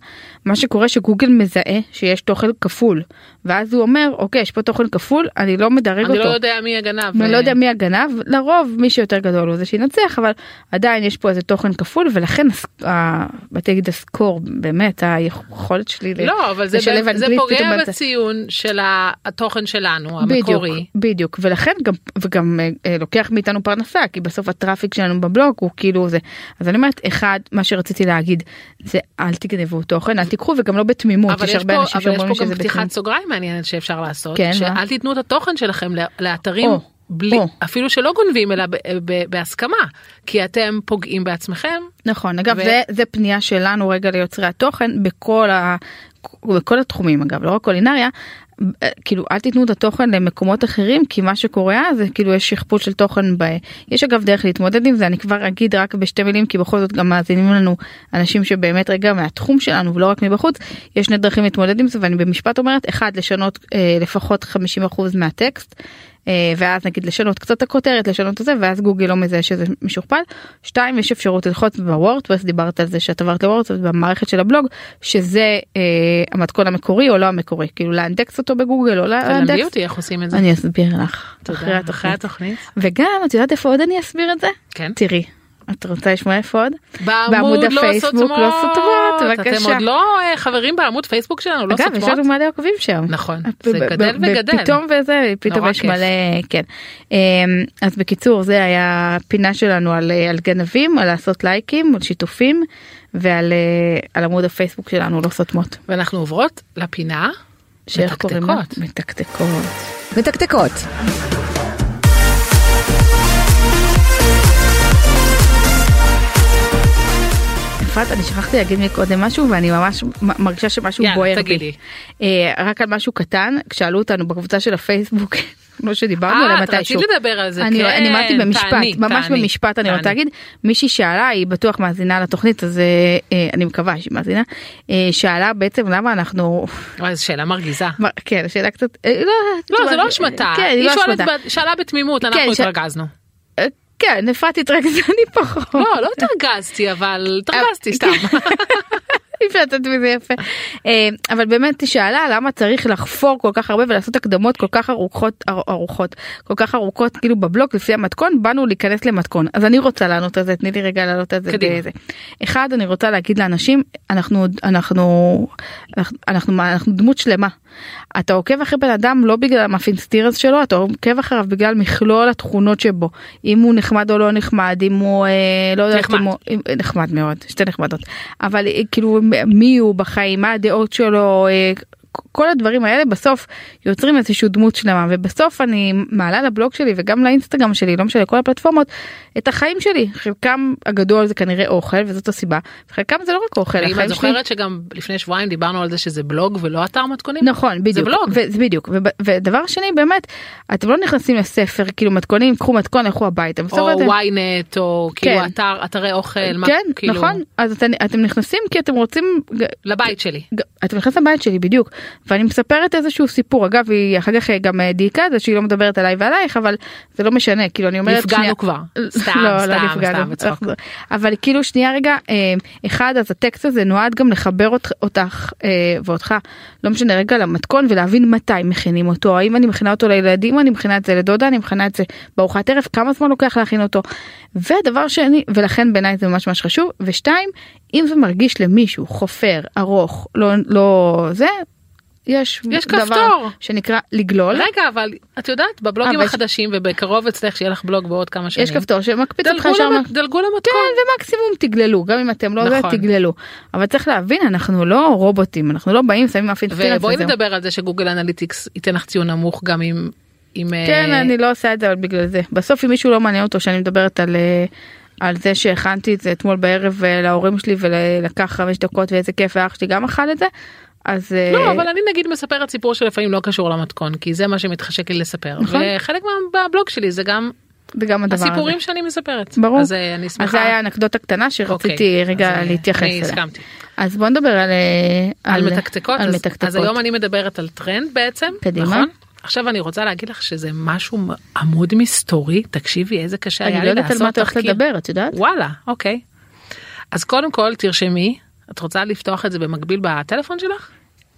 Speaker 3: מה שקורה שגוגל מזהה שיש תוכן כפול. ואז הוא אומר, אוקיי, יש פה תוכן כפול, אני לא מדרג
Speaker 2: אני
Speaker 3: אותו.
Speaker 2: לא יודע מי הגנב.
Speaker 3: אני לא
Speaker 2: אה,
Speaker 3: יודע מי הגנב, לרוב מי שיותר גדול הוא זה שינצח, אבל עדיין יש פה איזה תוכן כפול, ולכן, הס- ה- באתי להגיד הסקור, באמת, היכולת שלי ל-
Speaker 2: לא, אבל זה
Speaker 3: לשלב
Speaker 2: זה
Speaker 3: אנגלית פתאום
Speaker 2: פוגע
Speaker 3: באמצע.
Speaker 2: בציון של ה- התוכן שלנו, המקורי.
Speaker 3: בדיוק, בדיוק, ולכן גם, וגם אה, אה, לוקח מאיתנו פרנסה, כי בסוף הטראפיק שלנו בבלוג הוא כאילו זה. אז אני אומרת, אחד, מה שרציתי להגיד, זה אל תגנבו תוכן, אל תיקחו, וגם לא בתמימות,
Speaker 2: אבל
Speaker 3: יש
Speaker 2: יש
Speaker 3: הרבה
Speaker 2: פה,
Speaker 3: אנשים
Speaker 2: אבל יש
Speaker 3: שאומרים לי
Speaker 2: פה גם
Speaker 3: שזה
Speaker 2: פתיחת
Speaker 3: בתמימות.
Speaker 2: סוגריים מעניינת שאפשר לעשות,
Speaker 3: כן, מה?
Speaker 2: שאל תיתנו את התוכן שלכם לא- לאתרים
Speaker 3: או,
Speaker 2: בלי,
Speaker 3: או.
Speaker 2: אפילו שלא גונבים אלא ב- ב- בהסכמה, כי אתם פוגעים בעצמכם.
Speaker 3: נכון, אגב,
Speaker 2: ו-
Speaker 3: זה, זה פנייה שלנו רגע ליוצרי התוכן בכל, ה... בכל התחומים, אגב, לא רק קולינריה. אה, כאילו אל תיתנו את התוכן למקומות אחרים כי מה שקורה אז זה כאילו יש שכפול של תוכן ב... יש אגב דרך להתמודד עם זה אני כבר אגיד רק בשתי מילים כי בכל זאת גם מאזינים לנו אנשים שבאמת רגע מהתחום שלנו ולא רק מבחוץ יש שני דרכים להתמודד עם זה ואני במשפט אומרת אחד לשנות אה, לפחות 50% מהטקסט אה, ואז נגיד לשנות קצת את הכותרת לשנות את זה ואז גוגל לא מזהה שזה משוכפל. שתיים יש אפשרות ללחוץ בוורדפרס דיברת על זה שאת עברת לוורדפרס במערכת של הבלוג שזה אה, המתכון המקורי או לא המקורי כאילו להנדקס אותו בגוגל או
Speaker 2: תלמדי
Speaker 3: להנדקס.
Speaker 2: אותי איך עושים את זה.
Speaker 3: אה, אני אסביר לך
Speaker 2: תודה.
Speaker 3: אחרי
Speaker 2: אחרי
Speaker 3: התוכנית
Speaker 2: התוכנית.
Speaker 3: וגם את יודעת איפה עוד אני אסביר את זה
Speaker 2: כן.
Speaker 3: תראי את רוצה לשמוע איפה עוד
Speaker 2: בעמוד לא
Speaker 3: הפייסבוק
Speaker 2: סותמות.
Speaker 3: לא סותמות,
Speaker 2: אתם
Speaker 3: בבקשה.
Speaker 2: עוד לא אה, חברים בעמוד פייסבוק שלנו, לא
Speaker 3: אגב יש לנו
Speaker 2: סותמות.
Speaker 3: מלא עוקבים שם
Speaker 2: נכון,
Speaker 3: ב-
Speaker 2: זה
Speaker 3: ב-
Speaker 2: גדל
Speaker 3: ב-
Speaker 2: וגדל.
Speaker 3: פתאום וזה פתאום
Speaker 2: נורא
Speaker 3: יש
Speaker 2: כיף.
Speaker 3: מלא כן אמ, אז בקיצור זה היה פינה שלנו על אה, על גנבים על לעשות לייקים על שיתופים ועל אה, על עמוד הפייסבוק שלנו לא סותמות.
Speaker 2: ואנחנו עוברות לפינה.
Speaker 3: שאיך קוראים לה?
Speaker 2: מתקתקות.
Speaker 3: מתקתקות.
Speaker 1: מתקתקות.
Speaker 3: אפרת אני שכחתי להגיד מקודם משהו ואני ממש מ- מרגישה שמשהו
Speaker 2: יאללה,
Speaker 3: בוער
Speaker 2: תגידי.
Speaker 3: בי. אה, רק על משהו קטן שאלו אותנו בקבוצה של הפייסבוק. <laughs> לא שדיברנו עליה
Speaker 2: אה, את
Speaker 3: מתישהו.
Speaker 2: רצית לדבר על זה,
Speaker 3: אני,
Speaker 2: כן,
Speaker 3: אני אמרתי במשפט,
Speaker 2: תעני,
Speaker 3: ממש
Speaker 2: תעני,
Speaker 3: במשפט אני רוצה
Speaker 2: תעני.
Speaker 3: להגיד, מישהי שאלה, היא בטוח מאזינה לתוכנית, אז אה, אה, אני מקווה שהיא מאזינה, אה, שאלה בעצם למה אנחנו,
Speaker 2: אוי, זו שאלה מרגיזה.
Speaker 3: מה- כן, שאלה קצת, אה, לא,
Speaker 2: לא,
Speaker 3: תשובה-
Speaker 2: זה לא השמטה.
Speaker 3: כן, היא
Speaker 2: היא
Speaker 3: לא
Speaker 2: שואלת
Speaker 3: השמטה. כן,
Speaker 2: ב- שאלה בתמימות, אנחנו
Speaker 3: ש-
Speaker 2: התרגזנו.
Speaker 3: אה, כן, אפרת התרכזה אני פחות.
Speaker 2: לא, לא התרגזתי,
Speaker 3: אה,
Speaker 2: אבל התרגזתי סתם.
Speaker 3: כן.
Speaker 2: <laughs>
Speaker 3: אי אפשר לצאת מזה <laughs> יפה. אה, אבל באמת היא שאלה למה צריך לחפור כל כך הרבה ולעשות הקדמות כל כך ארוכות אר- ארוכות כל כך ארוכות כאילו בבלוק לפי המתכון באנו להיכנס למתכון אז אני רוצה לענות על זה תני לי רגע לענות על זה.
Speaker 2: קדימה.
Speaker 3: בזה. אחד אני רוצה להגיד לאנשים אנחנו אנחנו אנחנו אנחנו, אנחנו דמות שלמה. אתה עוקב אחרי בן אדם לא בגלל המאפין סטירס שלו אתה עוקב אחריו בגלל מכלול התכונות שבו אם הוא נחמד או לא נחמד אם הוא אה, לא יודעת
Speaker 2: נחמד.
Speaker 3: אם הוא אם- נחמד מאוד שתי נחמדות אבל אה, כאילו מ- מי הוא בחיים מה הדעות שלו. אה, כ- כל הדברים האלה בסוף יוצרים איזושהי דמות שלמה ובסוף אני מעלה לבלוג שלי וגם לאינסטגרם שלי לא משנה כל הפלטפורמות את החיים שלי חלקם הגדול זה כנראה אוכל וזאת הסיבה חלקם זה לא רק אוכל.
Speaker 2: ואם
Speaker 3: החיים
Speaker 2: את
Speaker 3: שלי-
Speaker 2: זוכרת שגם לפני שבועיים דיברנו על זה שזה בלוג ולא אתר מתכונים?
Speaker 3: נכון בדיוק
Speaker 2: בלוג.
Speaker 3: ו- זה בדיוק ו- ודבר שני באמת אתם לא נכנסים לספר כאילו מתכונים קחו מתכון לכו הביתה. בסוף
Speaker 2: או
Speaker 3: אתם-
Speaker 2: ynet או כאילו
Speaker 3: כן.
Speaker 2: אתר אתרי אוכל מה-
Speaker 3: כן
Speaker 2: כאילו,
Speaker 3: נכון אז אתם, אתם נכנסים כי אתם רוצים
Speaker 2: לבית שלי
Speaker 3: ג- אתם נכנס לבית שלי בדיוק ואני מספרת איזשהו סיפור אגב היא אחר כך אה, גם אה, דייקה את זה שהיא לא מדברת עליי ועלייך אבל זה לא משנה כאילו אני אומרת שנייה-
Speaker 2: נפגענו כבר סתם
Speaker 3: <laughs> לא, לא
Speaker 2: סתם
Speaker 3: נפגענו.
Speaker 2: סתם בצחוק.
Speaker 3: אבל כאילו שנייה רגע אה, אחד אז הטקסט הזה נועד גם לחבר אות- אותך אה, ואותך לא משנה רגע למתכון ולהבין מתי מכינים אותו האם אני מכינה אותו לילדים אני מכינה את זה לדודה אני מכינה את זה בארוחת ערב כמה זמן לוקח להכין אותו. ודבר שני ולכן בעיניי זה ממש ממש חשוב ושתיים אם זה מרגיש למישהו חופר ארוך לא לא זה. יש,
Speaker 2: יש
Speaker 3: דבר
Speaker 2: כפתור.
Speaker 3: שנקרא לגלול
Speaker 2: רגע אבל את יודעת בבלוגים
Speaker 3: אבל-
Speaker 2: החדשים ובקרוב אצלך שיהיה לך בלוג בעוד כמה שנים
Speaker 3: יש כפתור שמקפיץ אותך
Speaker 2: דלגו
Speaker 3: ישר מה-
Speaker 2: למ- דלגו למתכון
Speaker 3: כן, ומקסימום תגללו, גם אם אתם לא
Speaker 2: נכון.
Speaker 3: נכון. תגללו. אבל צריך להבין, אנחנו לא רובוטים, אנחנו לא באים, שמים אף אינסטינקט.
Speaker 2: ובואי
Speaker 3: וזהו.
Speaker 2: נדבר על זה שגוגל אנליטיקס ייתן לך ציון נמוך גם אם אם
Speaker 3: כן,
Speaker 2: אה,
Speaker 3: אני לא עושה את זה, אבל בגלל זה. בסוף, אם מישהו לא מעניין אותו שאני מדברת על... אה, על זה שהכנתי את זה אתמול בערב אה, להורים שלי ולקח חמש דקות ואיזה כיף ואח שלי גם אכל את זה אז אה,
Speaker 2: לא אבל אני נגיד מספרת סיפור שלפעמים לא קשור למתכון כי זה מה שמתחשק לי לספר
Speaker 3: נכון.
Speaker 2: וחלק מהבלוג שלי זה גם
Speaker 3: זה גם הדבר
Speaker 2: הסיפורים שאני מספרת
Speaker 3: ברור.
Speaker 2: אז אה, אני
Speaker 3: הזה. אז זה היה
Speaker 2: שמחה.
Speaker 3: האנקדוטה קטנה
Speaker 2: אוקיי,
Speaker 3: שרציתי
Speaker 2: אז,
Speaker 3: רגע
Speaker 2: אה,
Speaker 3: להתייחס
Speaker 2: אני
Speaker 3: אליה.
Speaker 2: הסכמתי.
Speaker 3: אז בוא נדבר על, אה,
Speaker 2: על מתקתקות,
Speaker 3: על
Speaker 2: אז-
Speaker 3: מתקתקות.
Speaker 2: אז היום אני מדברת על טרנד בעצם,
Speaker 3: קדימה.
Speaker 2: נכון? עכשיו אני רוצה להגיד לך שזה משהו מ- עמוד מסתורי, תקשיבי איזה קשה היה
Speaker 3: אני לא
Speaker 2: לי לעשות תחקיר.
Speaker 3: יודעת על מה את הולכת לדבר את יודעת?
Speaker 2: וואלה, אוקיי. אז קודם כל תרשמי, את רוצה לפתוח את זה במקביל בטלפון שלך?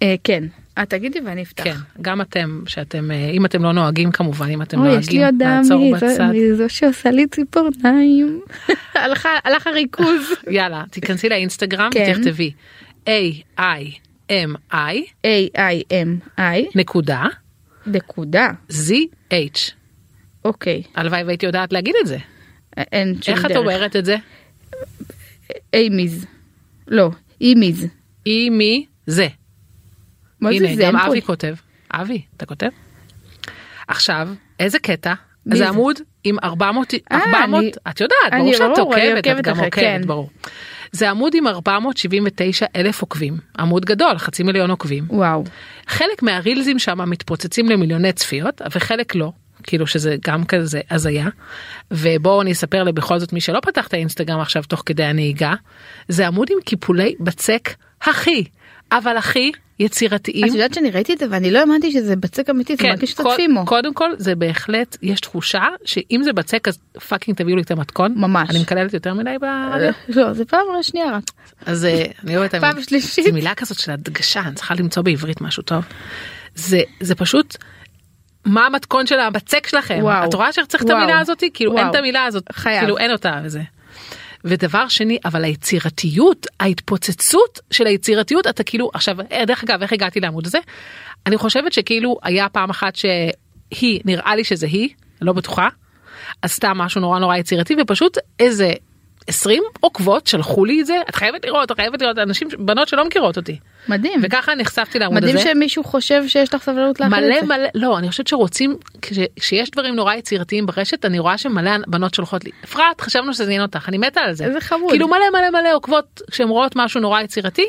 Speaker 3: אה, כן את תגידי ואני אפתח.
Speaker 2: כן, גם אתם, שאתם, אה, אם אתם לא נוהגים כמובן, אם אתם
Speaker 3: אוי, יש לי
Speaker 2: נוהגים,
Speaker 3: הודעה אה,
Speaker 2: לעצור
Speaker 3: מי-
Speaker 2: בצד.
Speaker 3: מי זו שעושה לי
Speaker 2: <laughs>
Speaker 3: ציפורניים. הלכה- הלך הריכוז.
Speaker 2: יאללה, תיכנסי לאינסטגרם,
Speaker 3: כן.
Speaker 2: תכתבי A-I-M-I
Speaker 3: A-I-M-I,
Speaker 2: נקודה
Speaker 3: נקודה.
Speaker 2: Z-H.
Speaker 3: אוקיי,
Speaker 2: הלוואי והייתי יודעת להגיד את זה.
Speaker 3: א- אין שום
Speaker 2: איך
Speaker 3: דרך.
Speaker 2: את אומרת את זה?
Speaker 3: אימיז. לא, אימיז.
Speaker 2: אי מי זה.
Speaker 3: מה זה
Speaker 2: הנה,
Speaker 3: זה?
Speaker 2: גם
Speaker 3: אין פה-
Speaker 2: אבי כותב. אבי, אתה כותב? עכשיו, איזה קטע?
Speaker 3: מי
Speaker 2: זה
Speaker 3: זה?
Speaker 2: עמוד עם 400,
Speaker 3: אה,
Speaker 2: 400,
Speaker 3: אני-
Speaker 2: את יודעת,
Speaker 3: אני-
Speaker 2: ברור שאת
Speaker 3: ברור, אני
Speaker 2: עוקבת, את
Speaker 3: עוקבת
Speaker 2: גם
Speaker 3: אחרי,
Speaker 2: עוקבת,
Speaker 3: כן.
Speaker 2: ברור. זה עמוד עם 479 אלף עוקבים, עמוד גדול, חצי מיליון עוקבים.
Speaker 3: וואו.
Speaker 2: חלק מהרילזים שם מתפוצצים למיליוני צפיות וחלק לא. כאילו שזה גם כזה הזיה ובואו אני אספר לבכל זאת מי שלא פתח את האינסטגרם עכשיו תוך כדי הנהיגה זה עמוד עם קיפולי בצק הכי אבל הכי יצירתיים
Speaker 3: את יודעת שאני ראיתי את זה ואני לא האמנתי שזה בצק אמיתי, זה מרגיש
Speaker 2: קוד-
Speaker 3: שתוקפים בו.
Speaker 2: קודם כן, כל זה בהחלט יש תחושה שאם זה בצק אז פאקינג תביאו לי את המתכון
Speaker 3: ממש.
Speaker 2: אני מקללת יותר מדי ברדיו
Speaker 3: לא, זה פעם שנייה רק.
Speaker 2: אז אה, אני אוהבת את
Speaker 3: פעם שלישית.
Speaker 2: זו מילה כזאת של הדגשה אני צריכה למצוא בעברית משהו טוב. זה זה פשוט. מה המתכון של הבצק שלכם
Speaker 3: וואו.
Speaker 2: את רואה שצריך את
Speaker 3: וואו.
Speaker 2: המילה הזאת כאילו אין
Speaker 3: וואו.
Speaker 2: את המילה הזאת
Speaker 3: חייב.
Speaker 2: כאילו אין אותה וזה. ודבר שני אבל היצירתיות ההתפוצצות של היצירתיות אתה כאילו עכשיו אה, דרך אגב איך הגעתי לעמוד הזה אני חושבת שכאילו היה פעם אחת שהיא נראה לי שזה היא לא בטוחה עשתה משהו נורא נורא יצירתי ופשוט איזה 20 עוקבות שלחו לי את זה את חייבת לראות את חייבת לראות אנשים בנות שלא מכירות אותי
Speaker 3: מדהים.
Speaker 2: וככה נחשפתי לעמוד
Speaker 3: מדהים
Speaker 2: הזה.
Speaker 3: שמישהו חושב שיש לך סבלנות להכין את
Speaker 2: מלא
Speaker 3: זה.
Speaker 2: מלא לא אני חושבת שרוצים כש, כשיש דברים נורא יצירתיים ברשת אני רואה שמלא בנות שולחות לי אפרת חשבנו שזה עניין אותך אני מתה על זה
Speaker 3: איזה חמוד.
Speaker 2: כאילו מלא מלא מלא עוקבות כשהן רואות משהו נורא יצירתי.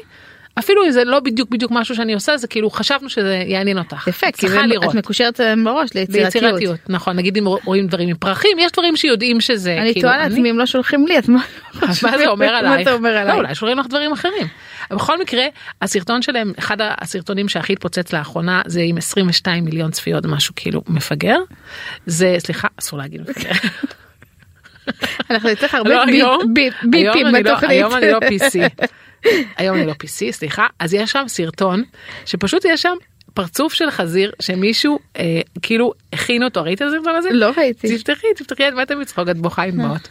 Speaker 2: אפילו אם זה לא בדיוק בדיוק משהו שאני עושה זה כאילו חשבנו שזה יעניין אותך.
Speaker 3: יפה,
Speaker 2: את
Speaker 3: כי
Speaker 2: צריכה
Speaker 3: זה-
Speaker 2: לראות.
Speaker 3: את מקושרת אה, מראש ליצירתיות.
Speaker 2: ביצירתיות נכון נגיד אם רואים דברים עם פרחים יש דברים שיודעים שזה
Speaker 3: אני
Speaker 2: כאילו,
Speaker 3: תוהה לעצמי אם לא שולחים לי אז מה
Speaker 2: מה <laughs> זה אומר עלייך?
Speaker 3: מה זה אומר
Speaker 2: לא,
Speaker 3: עליי?
Speaker 2: אולי שולחים לך דברים אחרים. בכל מקרה, הסרטון שלהם, אחד הסרטונים שהכי התפוצץ לאחרונה, זה עם 22 מיליון צפיות, משהו כאילו מפגר. זה, סליחה, אסור להגיד מפגר.
Speaker 3: אנחנו נצטרך
Speaker 2: <laughs>
Speaker 3: הרבה
Speaker 2: לא,
Speaker 3: ביפ-
Speaker 2: היום-
Speaker 3: ביפ-
Speaker 2: היום
Speaker 3: ביפים
Speaker 2: אני לא-
Speaker 3: בתוכנית.
Speaker 2: היום אני לא PC. היום אני לא PC, סליחה. אז יש שם סרטון, שפשוט יש שם פרצוף של חזיר, שמישהו אה, כאילו הכין אותו, ראית את הסרטון הזה?
Speaker 3: לא ראיתי.
Speaker 2: תפתחי, תפתחי, את מתה מצחוק, את בוכה עם דמעות.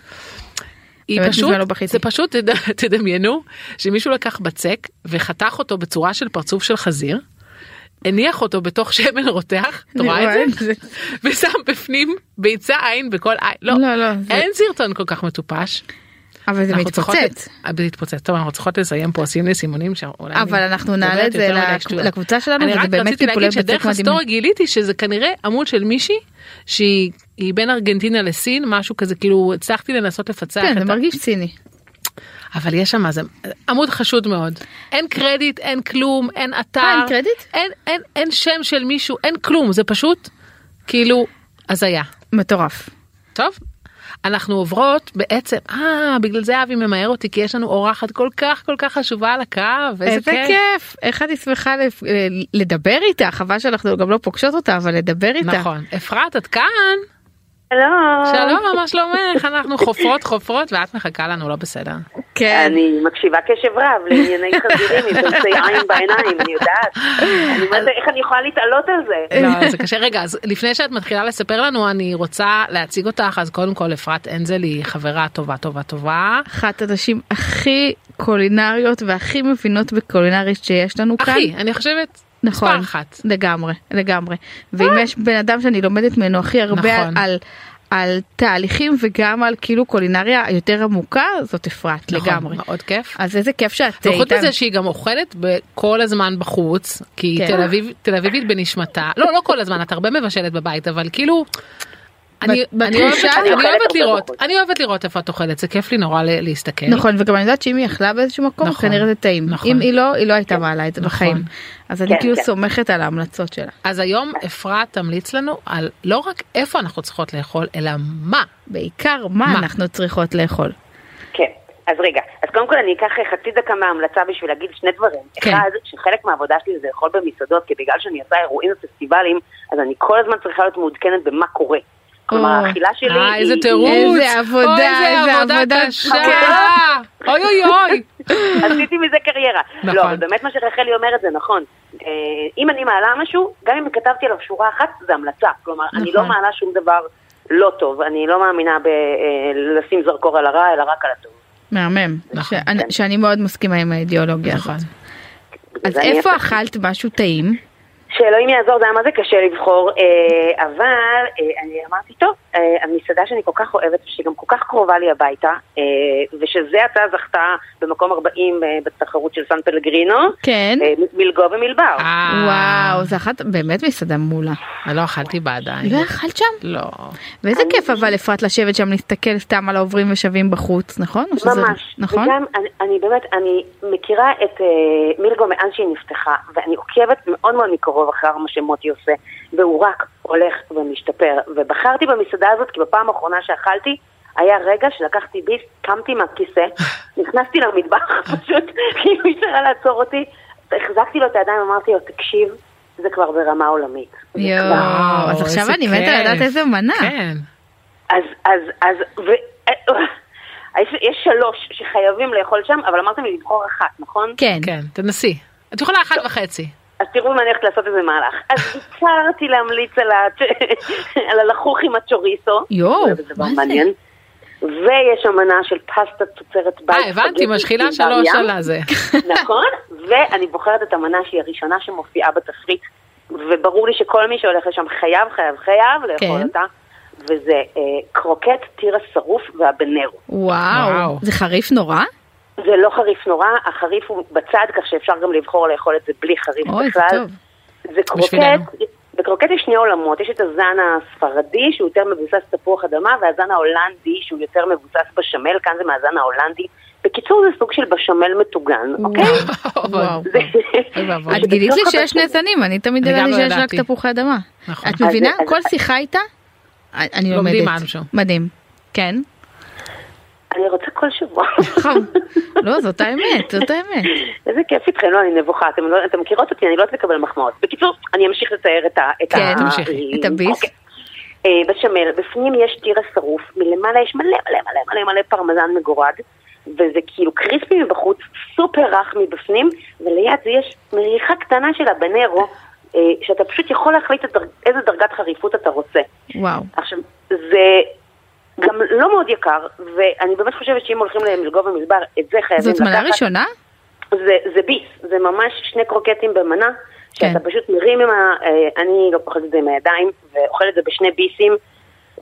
Speaker 2: היא
Speaker 3: באמת
Speaker 2: פשוט,
Speaker 3: מזמן לא בכיתי.
Speaker 2: זה פשוט, תד- תדמיינו שמישהו לקח בצק וחתך אותו בצורה של פרצוף של חזיר, הניח אותו בתוך שמן רותח, את
Speaker 3: אני
Speaker 2: רואה את
Speaker 3: רואה
Speaker 2: זה?
Speaker 3: את
Speaker 2: ושם בפנים ביצה עין בכל עין, לא,
Speaker 3: לא, לא, זה-
Speaker 2: אין סרטון כל כך מטופש.
Speaker 3: אבל זה
Speaker 2: אנחנו צריכות-
Speaker 3: מתפוצץ.
Speaker 2: אה, זה מתפוצץ. טוב, אנחנו צריכות לסיים פה, עושים לי סימונים שאולי...
Speaker 3: אבל
Speaker 2: אני
Speaker 3: אנחנו נעלה את
Speaker 2: מדברת
Speaker 3: זה
Speaker 2: יותר מדי
Speaker 3: לק-
Speaker 2: שטויות.
Speaker 3: לקבוצה שלנו,
Speaker 2: אני
Speaker 3: וזה
Speaker 2: רק
Speaker 3: באמת
Speaker 2: רציתי
Speaker 3: טיפולי
Speaker 2: להגיד
Speaker 3: בצק
Speaker 2: שדרך
Speaker 3: מדהימים.
Speaker 2: הסטורי גיליתי שזה כנראה עמוד של מישהי שהיא היא בין ארגנטינה לסין, משהו כזה, כאילו הצלחתי לנסות לפצח
Speaker 3: כן, זה
Speaker 2: את ה...
Speaker 3: מרגיש ציני.
Speaker 2: אבל יש שם איזה עמוד חשוד מאוד. אין קרדיט, אין כלום, אין אתר.
Speaker 3: אה, אין קרדיט?
Speaker 2: אין, אין, אין שם של מישהו, אין כלום, זה פשוט כאילו הזיה.
Speaker 3: מטורף.
Speaker 2: טוב, אנחנו עוברות בעצם, אה, בגלל זה אבי ממהר אותי, כי יש לנו אורחת כל כך כל כך חשובה על הקו,
Speaker 3: איזה כיף. איך אני שמחה לפ- ל- אה, לדבר איתה, חבל שאנחנו גם לא פוגשות אותה, אבל לדבר איתה.
Speaker 2: נכון. אפרת, את כאן?
Speaker 4: שלום.
Speaker 2: שלום, מה שלומך? אנחנו חופרות חופרות ואת מחכה לנו, לא בסדר.
Speaker 3: כן.
Speaker 4: אני מקשיבה קשב רב לענייני חזירים עם דולצי עין בעיניים, אני יודעת. אני אומרת, איך אני יכולה להתעלות על זה?
Speaker 2: <laughs> לא, זה קשה. רגע, אז לפני שאת מתחילה לספר לנו, אני רוצה להציג אותך, אז קודם כל אפרת אנזל היא חברה טובה טובה טובה.
Speaker 3: אחת הנשים הכי קולינריות והכי מבינות בקולינרית שיש לנו כאן.
Speaker 2: אחי, אני חושבת,
Speaker 3: נכון,
Speaker 2: מספר אחת.
Speaker 3: לגמרי, לגמרי. ואם יש בן אדם שאני לומדת ממנו הכי הרבה
Speaker 2: נכון.
Speaker 3: על, על, על תהליכים וגם על כאילו קולינריה יותר עמוקה, זאת אפרת
Speaker 2: נכון,
Speaker 3: לגמרי.
Speaker 2: מאוד כיף.
Speaker 3: אז איזה כיף שאת אה,
Speaker 2: וחוץ
Speaker 3: איתנו.
Speaker 2: מזה שהיא גם אוכלת בכל הזמן בחוץ, כי היא
Speaker 3: כן.
Speaker 2: תל אביב- תל אביבית בנשמתה, לא, לא כל הזמן, את הרבה מבשלת בבית, אבל כאילו, אני
Speaker 3: בת-
Speaker 2: אני אוהבת-
Speaker 3: בתחושה-
Speaker 2: אני
Speaker 4: אני אוכלת
Speaker 2: אוהבת
Speaker 4: הרבה
Speaker 2: לראות,
Speaker 4: בחוץ.
Speaker 2: אני אוהבת לראות איפה את אוכלת, זה כיף לי נורא ל- להסתכל.
Speaker 3: נכון, וגם אני יודעת שאם היא אכלה באיזשהו מקום,
Speaker 2: נכון,
Speaker 3: כנראה זה טעים.
Speaker 2: נכון.
Speaker 3: אם היא לא, היא לא הייתה מעלה את זה
Speaker 2: נכון.
Speaker 3: בחיים. אז אני
Speaker 4: כן,
Speaker 3: כאילו
Speaker 4: כן.
Speaker 3: סומכת על ההמלצות שלה.
Speaker 2: אז היום אפרת תמליץ לנו על לא רק איפה אנחנו צריכות לאכול, אלא מה.
Speaker 3: בעיקר מה,
Speaker 2: מה?
Speaker 3: אנחנו צריכות לאכול.
Speaker 4: כן. אז רגע, אז קודם כל אני אקח חצי דקה מההמלצה בשביל להגיד שני דברים.
Speaker 3: כן.
Speaker 4: אחד, שחלק מהעבודה שלי זה לאכול במסעדות, כי בגלל שאני עושה אירועים ופסטיבלים, אז אני כל הזמן צריכה להיות מעודכנת במה קורה. כלומר,
Speaker 3: או.
Speaker 4: האכילה שלי היא...
Speaker 2: אה, איזה תירוץ.
Speaker 3: איזה עבודה,
Speaker 2: אוי,
Speaker 3: איזה עבודה
Speaker 2: קשה.
Speaker 4: קשה.
Speaker 2: אוי אוי אוי.
Speaker 4: עשיתי מזה קריירה.
Speaker 2: נכון.
Speaker 4: לא, אבל באמת מה שרחלי אומרת זה נכון. אה, אם אני מעלה משהו, גם אם כתבתי עליו שורה אחת, זה המלצה. כלומר, אני לא
Speaker 3: נכון.
Speaker 4: מעלה שום דבר לא טוב. אני לא מאמינה בלשים זרקור על הרע, אלא רק על הטוב.
Speaker 3: מהמם.
Speaker 2: נכון,
Speaker 3: שאני-
Speaker 4: כן.
Speaker 3: שאני מאוד מסכימה עם האידיאולוגיה הזאת.
Speaker 4: בגלל
Speaker 3: אז
Speaker 4: זה אני
Speaker 3: איפה
Speaker 4: יפה.
Speaker 3: אכלת משהו טעים?
Speaker 4: שאלוהים יעזור, זה היה מה זה קשה לבחור, אה, אבל אה, אני אמרתי, טוב, אה, המסעדה שאני כל כך אוהבת, ושגם כל כך קרובה לי הביתה, אה, ושזה עתה זכתה במקום 40 אה, בתחרות של סן פלגרינו,
Speaker 3: כן.
Speaker 4: אה, מ- מלגו ומלבר.
Speaker 2: אה,
Speaker 3: וואו, זה אחת באמת מסעדה מעולה.
Speaker 2: אני לא אכלתי בה עדיין.
Speaker 3: לא אכלת שם?
Speaker 2: לא.
Speaker 3: ואיזה כיף אבל אפרת לשבת שם להסתכל סתם על העוברים ושבים בחוץ, נכון? או שזה-
Speaker 4: ממש.
Speaker 3: נכון?
Speaker 4: וגם, אני, אני באמת, אני מכירה את אה, מילגו מאז שהיא נפתחה, ואני עוקבת מאוד מאוד מקרוב אחר מה שמוטי עושה, והוא רק הולך ומשתפר. ובחרתי במסעדה הזאת, כי בפעם האחרונה שאכלתי, היה רגע שלקחתי ביס, קמתי
Speaker 3: <laughs>
Speaker 4: מהכיסא, נכנסתי למטבח, פשוט, כאילו אי אפשר היה לעצור אותי, החזקתי לו את הידיים, אמרתי לו, תקשיב, זה כבר ברמה עולמית. זה כבר-
Speaker 3: יואו, אז
Speaker 2: וואו,
Speaker 3: עכשיו
Speaker 2: איזה
Speaker 3: אני מתה
Speaker 2: כיף.
Speaker 3: לדעת איזה מנה.
Speaker 2: כן.
Speaker 4: אז, אז, אז, ו... יש, יש שלוש שחייבים לאכול שם, אבל אמרתם לי לבחור אחת, נכון?
Speaker 3: כן.
Speaker 2: כן, תנסי. את יכולה אחת וחצי.
Speaker 4: אז תראו אם אני הולכת לעשות איזה מהלך. אז ביקרתי להמליץ על, ה... <laughs> על הלחוך עם הצ'וריסו.
Speaker 3: יואו,
Speaker 4: זה דבר
Speaker 3: מה זה?
Speaker 4: מעניין. ויש אמנה של פסטה תוצרת בית.
Speaker 2: אה, הבנתי,
Speaker 4: ספגטי
Speaker 2: משחילה
Speaker 4: עם
Speaker 2: שלוש <laughs>
Speaker 4: בר ים.
Speaker 2: על
Speaker 3: <laughs>
Speaker 2: הזה.
Speaker 4: נכון, ואני בוחרת את המנה שהיא הראשונה שמופיעה בתפריט, וברור לי שכל מי שהולך לשם חייב, חייב, חייב לאכול
Speaker 3: כן.
Speaker 4: אותה, וזה אה, קרוקט תירס שרוף והבנרו.
Speaker 3: וואו,
Speaker 2: וואו.
Speaker 3: זה חריף נורא?
Speaker 4: זה לא חריף נורא, החריף הוא בצד, כך שאפשר גם לבחור לאכול את זה בלי חריף
Speaker 3: אוי, זה
Speaker 4: בכלל.
Speaker 3: טוב.
Speaker 4: זה
Speaker 2: בשבילנו.
Speaker 4: קרוקט, בקרוקט יש שני עולמות, יש את הזן הספרדי שהוא יותר מבוסס תפוח אדמה והזן ההולנדי שהוא יותר מבוסס בשמל, כאן זה מהזן ההולנדי. בקיצור זה סוג של בשמל מטוגן, אוקיי?
Speaker 3: וואו.
Speaker 4: זה-
Speaker 2: אוי ואבוי.
Speaker 3: נכון. את גילית
Speaker 4: <laughs>
Speaker 3: לי
Speaker 4: בתוך
Speaker 3: שיש
Speaker 4: הבשל.
Speaker 3: שני זנים, אני תמיד
Speaker 2: אני גם
Speaker 3: ידעתי
Speaker 2: לא
Speaker 3: שיש רק
Speaker 2: ידעתי.
Speaker 3: תפוחי אדמה.
Speaker 2: נכון.
Speaker 3: את מבינה?
Speaker 4: אז-
Speaker 3: כל שיחה איתה, אני לומדת.
Speaker 2: לומדים משהו.
Speaker 3: מדהים.
Speaker 2: <laughs>
Speaker 3: כן.
Speaker 4: אני רוצה כל שבוע.
Speaker 3: חם. לא, זאת האמת, זאת האמת.
Speaker 4: איזה כיף איתכם, לא, אני נבוכה, אתם, לא, אתם מכירות אותי, אני לא אוהבת לקבל מחמאות. בקיצור, אני אמשיך לתאר את ה... את
Speaker 3: כן,
Speaker 4: ה-
Speaker 2: תמשיכי.
Speaker 3: את הביס.
Speaker 4: אוקיי. אה, בשמל, בפנים יש תירס שרוף, מלמעלה יש מלא מלא מלא מלא מלא פרמזן מגורד, וזה כאילו קריספי מבחוץ, סופר רך מבפנים, וליד זה יש מריחה קטנה של הבנרו, אה, שאתה פשוט יכול להחליט את דרג- איזה דרגת חריפות אתה רוצה.
Speaker 3: וואו.
Speaker 4: עכשיו, זה גם לא מאוד יקר, ואני באמת חושבת שאם הולכים למלגו ומדבר, את זה חייבים
Speaker 3: זאת
Speaker 4: לקחת.
Speaker 3: מנה ראשונה?
Speaker 4: זה, זה ביס, זה ממש שני קרוקטים במנה, שאתה
Speaker 3: כן.
Speaker 4: פשוט מרים עם ה... אה, אני לא אוכלת את זה עם הידיים, ואוכלת את זה בשני ביסים,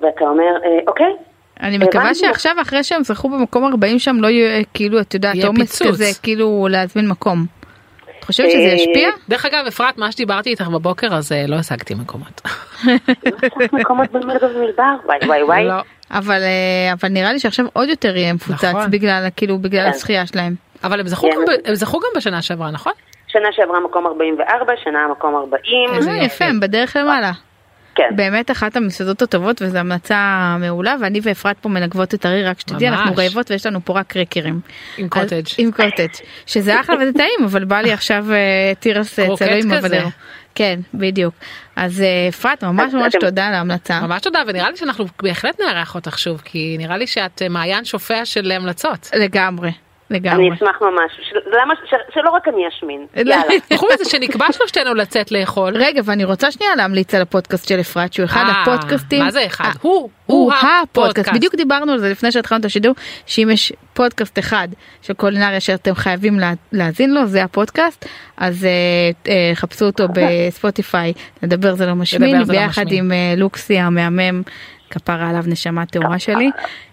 Speaker 4: ואתה אומר, אה, אוקיי,
Speaker 3: אני מקווה
Speaker 4: הבנתי.
Speaker 3: שעכשיו אחרי שהם זכו במקום 40 שם לא יהיה כאילו את יודעת
Speaker 2: יהיה
Speaker 3: עומס
Speaker 2: פיצוץ.
Speaker 3: כזה כאילו להזמין מקום. את חושבת שזה
Speaker 4: אה,
Speaker 3: ישפיע?
Speaker 2: דרך אגב, אפרת, מה שדיברתי איתך בבוקר, אז אה, לא השגתי מקומות.
Speaker 4: לא צריך מקומות במלגו ומלבר, וואי וואי וואי.
Speaker 2: לא.
Speaker 3: אבל אה, אבל נראה לי שעכשיו עוד יותר יהיה מפוצץ
Speaker 2: נכון. אה,
Speaker 3: בגלל כאילו בגלל
Speaker 4: כן.
Speaker 3: הזכייה שלהם.
Speaker 2: אבל הם זכו
Speaker 4: כן.
Speaker 2: גם ב- הם זכו גם בשנה שעברה, נכון?
Speaker 4: שנה שעברה מקום 44, שנה מקום 40.
Speaker 2: איזה
Speaker 3: אה,
Speaker 2: יופי.
Speaker 3: יפה הם בדרך למעלה.
Speaker 4: כן.
Speaker 3: באמת אחת המסעדות הטובות וזו המלצה מעולה ואני ואפרת פה מנגבות את הרי רק שתדעי
Speaker 2: ממש.
Speaker 3: אנחנו רעבות ויש לנו פה רק קרקרים.
Speaker 2: עם
Speaker 3: אז-
Speaker 2: קוטג'.
Speaker 3: עם קוטג' שזה אחלה
Speaker 4: <laughs>
Speaker 3: וזה טעים אבל בא לי עכשיו אה, תירס אה,
Speaker 2: קרוקט
Speaker 3: צלוי עם
Speaker 2: כזה.
Speaker 3: עבדנו. כן בדיוק אז אה, אפרת ממש
Speaker 4: אז
Speaker 3: ממש
Speaker 4: אתם-
Speaker 3: תודה על ההמלצה.
Speaker 2: ממש תודה, ונראה לי שאנחנו בהחלט נארח אותך שוב, כי נראה לי שאת אה, מעיין שופע של
Speaker 3: <laughs>
Speaker 2: המלצות.
Speaker 3: לגמרי לגמרי.
Speaker 4: אני אשמח ממש. של- למה ש- ש- שלא רק אני אשמין.
Speaker 3: לא.
Speaker 4: יאללה.
Speaker 2: חוץ מזה נכון, שנקבע שלושתנו לצאת לאכול.
Speaker 3: רגע ואני רוצה שנייה להמליץ על הפודקאסט של אפרת שהוא אחד
Speaker 2: אה,
Speaker 3: הפודקאסטים.
Speaker 2: מה זה אחד?
Speaker 3: ה-
Speaker 2: הוא,
Speaker 3: הוא
Speaker 2: הוא
Speaker 3: הפודקאסט.
Speaker 2: הפודקאסט.
Speaker 3: בדיוק דיברנו על זה לפני שהתחלנו את השידור שאם יש פודקאסט אחד של קולינריה שאתם חייבים לה- להאזין לו זה הפודקאסט אז אה, אה, חפשו אותו בספוטיפיי נדבר זה לא משמין
Speaker 2: נדבר זה לא
Speaker 3: ביחד
Speaker 2: משמין.
Speaker 3: עם אה, לוקסי המהמם כפרה עליו נשמה טהורה שלי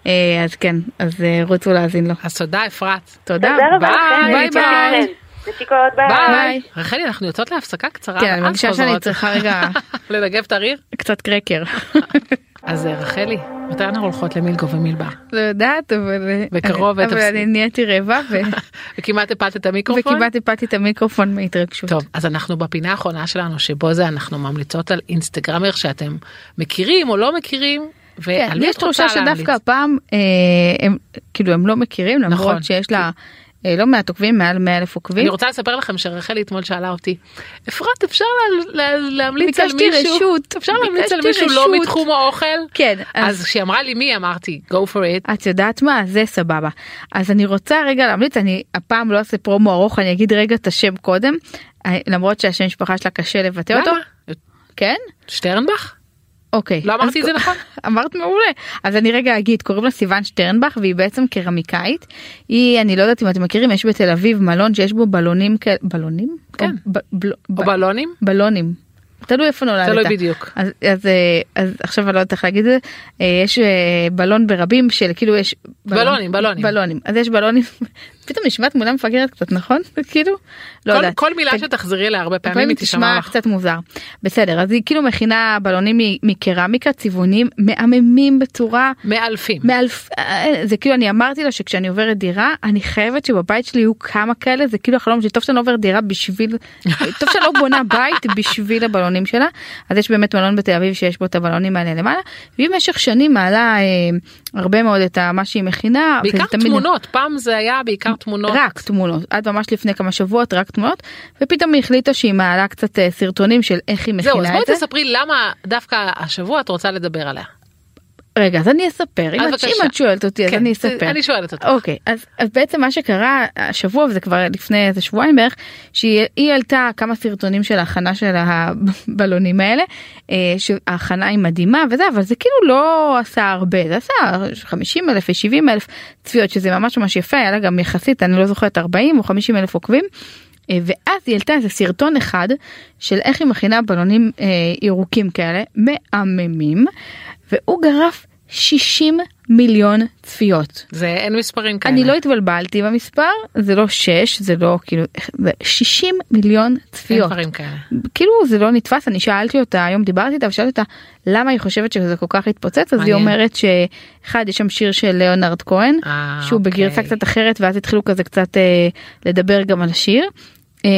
Speaker 3: אה, אז כן אז אה, רוצו להאזין לו
Speaker 2: אז תודה, אפרת.
Speaker 3: תודה
Speaker 4: תודה רבה
Speaker 3: ביי
Speaker 4: לכם,
Speaker 3: ביי
Speaker 4: נתראה
Speaker 3: ביי.
Speaker 4: לכם. נשיקות, ביי.
Speaker 2: ביי. רחלי, אנחנו יוצאות להפסקה קצרה,
Speaker 3: כן, אני
Speaker 2: ואז
Speaker 3: מרגישה שאני
Speaker 2: חוזרות.
Speaker 3: צריכה רגע-
Speaker 2: <laughs> לנגב את הריר.
Speaker 3: קצת קרקר.
Speaker 2: אז אה, רחלי, מתי אנחנו הולכות למילגו ומילבר?
Speaker 3: לא יודעת אבל אה,
Speaker 2: בקרוב
Speaker 3: אבל
Speaker 2: תפס-
Speaker 3: אני נהייתי רעבה
Speaker 2: <laughs>
Speaker 3: ו-
Speaker 2: וכמעט הפלת את המיקרופון?
Speaker 3: וכמעט איפדתי את המיקרופון מהתרגשות.
Speaker 2: טוב, אז אנחנו בפינה האחרונה שלנו, שבו זה אנחנו ממליצות על אינסטגרמר שאתם מכירים או לא מכירים,
Speaker 3: כן,
Speaker 2: ועל מי
Speaker 3: יש
Speaker 2: את רוצה
Speaker 3: תחושה
Speaker 2: להמליץ.
Speaker 3: שדווקא הפעם אה, הם כאילו הם לא מכירים
Speaker 2: נכון.
Speaker 3: למרות שיש לה אה, לא מעט עוקבים מעל 100 אלף
Speaker 2: אני
Speaker 3: עוקבים.
Speaker 2: רוצה לספר לכם שרחלי אתמול שאלה אותי, אפרת, אפשר לה- לה- להמליץ על
Speaker 3: ביקשתי
Speaker 2: מישהו?
Speaker 3: רשות,
Speaker 2: אפשר להמליץ על
Speaker 3: ביקשתי
Speaker 2: מישהו לא
Speaker 3: רשות.
Speaker 2: מתחום האוכל?
Speaker 3: כן, אז-
Speaker 2: אז כשהיא אמרה לי מי, אמרתי, go for it.
Speaker 3: את יודעת מה זה סבבה אז אני רוצה רגע להמליץ אני הפעם לא אעשה פרומו ארוך אני אגיד רגע את השם קודם אה, למרות שהשם משפחה שלה קשה לבטא אותו.
Speaker 2: למה?
Speaker 3: כן?
Speaker 2: שטרנבך?
Speaker 3: אוקיי.
Speaker 2: לא אמרתי
Speaker 3: אז-
Speaker 2: את זה נכון?
Speaker 3: <laughs> אמרת מעולה. אז אני רגע אגיד, קוראים לה סיוון שטרנבך והיא בעצם קרמיקאית. היא, אני לא יודעת אם אתם מכירים, יש בתל אביב מלון שיש בו בלונים כאלה, בלונים?
Speaker 2: כן.
Speaker 3: או ב- בל-
Speaker 2: או
Speaker 3: ב- לא
Speaker 2: בלונים?
Speaker 3: בלונים. תלוי איפה נולדת.
Speaker 2: תלוי בדיוק.
Speaker 3: אז, אז, אה, אז עכשיו אני לא יודעת איך להגיד את זה. אה, יש אה, בלון ברבים של כאילו יש...
Speaker 2: בלונים, בלונים.
Speaker 3: בלונים. אז יש בלונים. <laughs> פתאום נשמע תמונה מפגרת קצת, נכון? <laughs> כאילו? לא
Speaker 2: כל-
Speaker 3: יודעת.
Speaker 2: כל מילה
Speaker 3: תג-
Speaker 2: שתחזרי אליה הרבה פעמים
Speaker 3: לפעמים
Speaker 2: היא
Speaker 3: היא
Speaker 2: תשמע
Speaker 3: תשמע
Speaker 2: לך.
Speaker 3: קצת מוזר. בסדר, אז היא כאילו מכינה בלונים מ- מקרמיקה, צבעונים מהממים בצורה...
Speaker 2: מאלפים.
Speaker 3: מאלף... אה, זה כאילו אני אמרתי לה שכשאני עוברת דירה אני חייבת שבבית שלי יהיו כמה כאלה זה כאילו החלום שלי טוב שאני לא עוברת דירה
Speaker 2: <laughs>
Speaker 3: בשביל טוב שאני לא בונה בית בשביל הבלונים שלה אז יש באמת מלון בתל אביב שיש בו את הבלונים האלה למעלה והיא במשך שנים מעלה אה, הרבה מאוד את ה- מה שהיא מכינה. וזה
Speaker 2: בעיקר
Speaker 3: אוקיי, תמיד-
Speaker 2: תמונות, פעם זה היה בעיקר תמונות.
Speaker 3: רק תמונות עד ממש לפני כמה שבועות רק תמונות ופתאום היא החליטה שהיא מעלה קצת אה, סרטונים של איך היא
Speaker 2: זהו, אז
Speaker 3: מכינה
Speaker 2: בואי
Speaker 3: את זה.
Speaker 2: תספרי למה דווקא השבוע את רוצה לדבר עליה.
Speaker 3: רגע אז אני אספר
Speaker 2: אז
Speaker 3: אם את-
Speaker 2: אה, בבקשה.
Speaker 3: אם את שואלת אותי אז
Speaker 2: כן,
Speaker 3: אני אספר.
Speaker 2: אני שואלת אותך.
Speaker 3: אוקיי אז, אז בעצם מה שקרה השבוע וזה כבר לפני איזה שבועיים בערך שהיא היא העלתה כמה סרטונים של ההכנה של הבלונים האלה אה, שההכנה היא מדהימה וזה אבל זה כאילו לא עשה הרבה זה עשה 50 אלף 70 אלף צפיות שזה ממש ממש יפה היה לה גם יחסית אני לא זוכרת 40 או 50 אלף עוקבים. אה, ואז היא העלתה איזה סרטון אחד של איך היא מכינה בלונים אה, ירוקים כאלה מהממים והוא גרף 60 מיליון צפיות.
Speaker 2: זה אין מספרים כאלה.
Speaker 3: אני לא התבלבלתי במספר זה לא 6 זה לא כאילו זה 60 מיליון
Speaker 2: אין
Speaker 3: צפיות
Speaker 2: דברים כאלה.
Speaker 3: כאילו זה לא נתפס אני שאלתי אותה היום דיברתי איתה ושאלתי אותה למה היא חושבת שזה כל כך התפוצץ אז היא
Speaker 2: מעניין.
Speaker 3: אומרת שאחד יש שם שיר של ליאונרד כהן
Speaker 2: אה,
Speaker 3: שהוא
Speaker 2: אוקיי.
Speaker 3: בגרסה קצת אחרת ואז התחילו כזה קצת אה, לדבר גם על השיר. אה,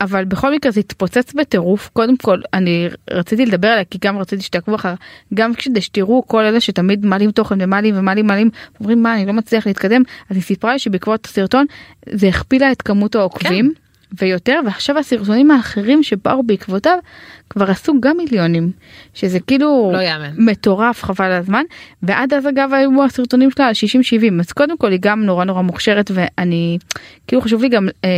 Speaker 3: אבל בכל מקרה זה התפוצץ בטירוף קודם כל אני רציתי לדבר עליה כי גם רציתי שתעקבו אחר גם כדי שתראו כל אלה שתמיד מעלים תוכן ומעלים ומעלים מעלים אומרים מה אני לא מצליח להתקדם אז היא סיפרה לי שבעקבות הסרטון זה הכפילה את כמות העוקבים
Speaker 2: כן.
Speaker 3: ויותר ועכשיו הסרטונים האחרים שבאו בעקבותיו כבר עשו גם מיליונים שזה כאילו
Speaker 2: לא יאמן.
Speaker 3: מטורף חבל על הזמן ועד אז אגב היו הסרטונים שלה על 60-70 אז קודם כל היא גם נורא נורא מוכשרת ואני כאילו חשוב לי גם אה,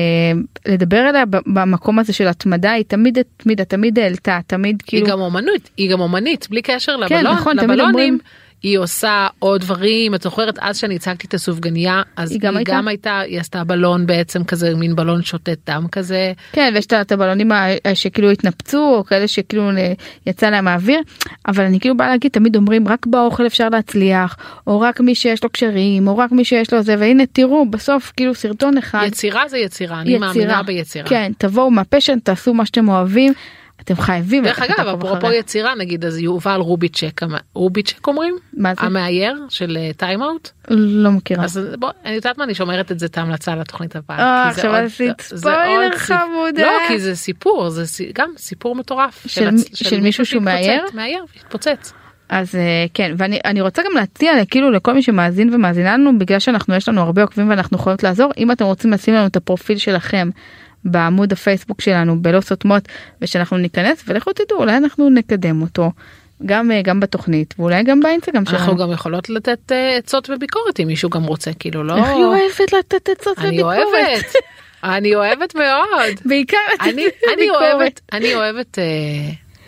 Speaker 3: לדבר עליה ב- במקום הזה של התמדה היא תמיד התמידה תמיד העלתה תמיד
Speaker 2: היא
Speaker 3: כאילו
Speaker 2: גם אומנות, היא גם אומנית, בלי קשר לבלון,
Speaker 3: נכון, תמיד
Speaker 2: לבלונים.
Speaker 3: אומרים-
Speaker 2: היא עושה עוד דברים, את זוכרת אז שאני הצגתי את הסופגניה, אז היא גם, היא הייתה? גם הייתה, היא עשתה בלון בעצם כזה, מין בלון שוטט דם כזה.
Speaker 3: כן, ויש את הבלונים ה- אה, שכאילו התנפצו, או כאלה שכאילו אה, יצא להם האוויר, אבל אני כאילו באה להגיד, תמיד אומרים, רק באוכל אפשר להצליח, או רק מי שיש לו קשרים, או רק מי שיש לו זה, והנה תראו, בסוף כאילו סרטון אחד.
Speaker 2: יצירה זה יצירה, אני מאמינה ביצירה.
Speaker 3: כן, תבואו מהפשן, תעשו מה שאתם אוהבים. אתם חייבים
Speaker 2: דרך אגב אפרופו יצירה נגיד אז יובל רוביצ'ק רוביצ'ק אומרים
Speaker 3: מה זה?
Speaker 2: המאייר של טיים אאוט
Speaker 3: לא מכירה
Speaker 2: אז אה, בוא אני יודעת מה אני שומרת את זה את ההמלצה לתוכנית הבאה.
Speaker 3: אה, עכשיו עשית ספוילר חמודה.
Speaker 2: לא כי זה סיפור זה גם סיפור מטורף
Speaker 3: של מישהו שהוא מאייר
Speaker 2: מאייר התפוצץ.
Speaker 3: אז כן ואני רוצה גם להציע כאילו לכל מי שמאזין ומאזינה לנו בגלל שאנחנו יש לנו הרבה עוקבים ואנחנו יכולות לעזור אם אתם רוצים לשים לנו את הפרופיל שלכם בעמוד הפייסבוק שלנו בלא סותמות ושאנחנו ניכנס ולכו תדעו אולי אנחנו נקדם אותו גם אה, גם בתוכנית ואולי גם באינסטגרם
Speaker 2: שלנו. אנחנו גם יכולות לתת אה, עצות וביקורת אם מישהו גם רוצה כאילו לא.
Speaker 3: איך היא אוהבת לתת עצות וביקורת.
Speaker 2: אני אוהבת. אני אוהבת מאוד.
Speaker 3: בעיקר <laughs>
Speaker 2: אני, אני אוהבת אני אוהבת אה,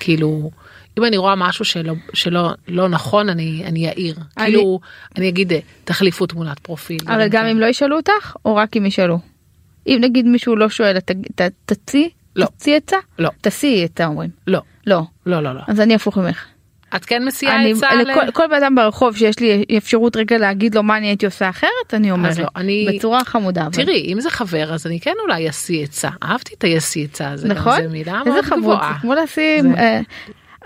Speaker 2: כאילו אם אני רואה משהו שלא שלא לא נכון אני אני אעיר אני... כאילו אני אגיד תחליפו תמונת פרופיל. כן.
Speaker 3: אבל גם אם לא ישאלו אותך או רק אם ישאלו. אם נגיד מישהו לא שואל תציא
Speaker 2: לא
Speaker 3: תציא עצה
Speaker 2: לא
Speaker 3: תשיא עצה אומרים
Speaker 2: לא
Speaker 3: לא
Speaker 2: לא לא לא
Speaker 3: אז אני הפוך ממך.
Speaker 2: את כן מסיעה עצה
Speaker 3: לכל, כל בן אדם ברחוב שיש לי אפשרות רגע להגיד לו מה אני הייתי עושה אחרת אני אומרת
Speaker 2: לא, אני...
Speaker 3: בצורה חמודה
Speaker 2: אבל. תראי אם זה חבר אז אני כן אולי אשיא עצה אהבתי את הישיא עצה הזה
Speaker 3: נכון
Speaker 2: זה מילה מאוד גבוהה.
Speaker 3: כמו לשים זה...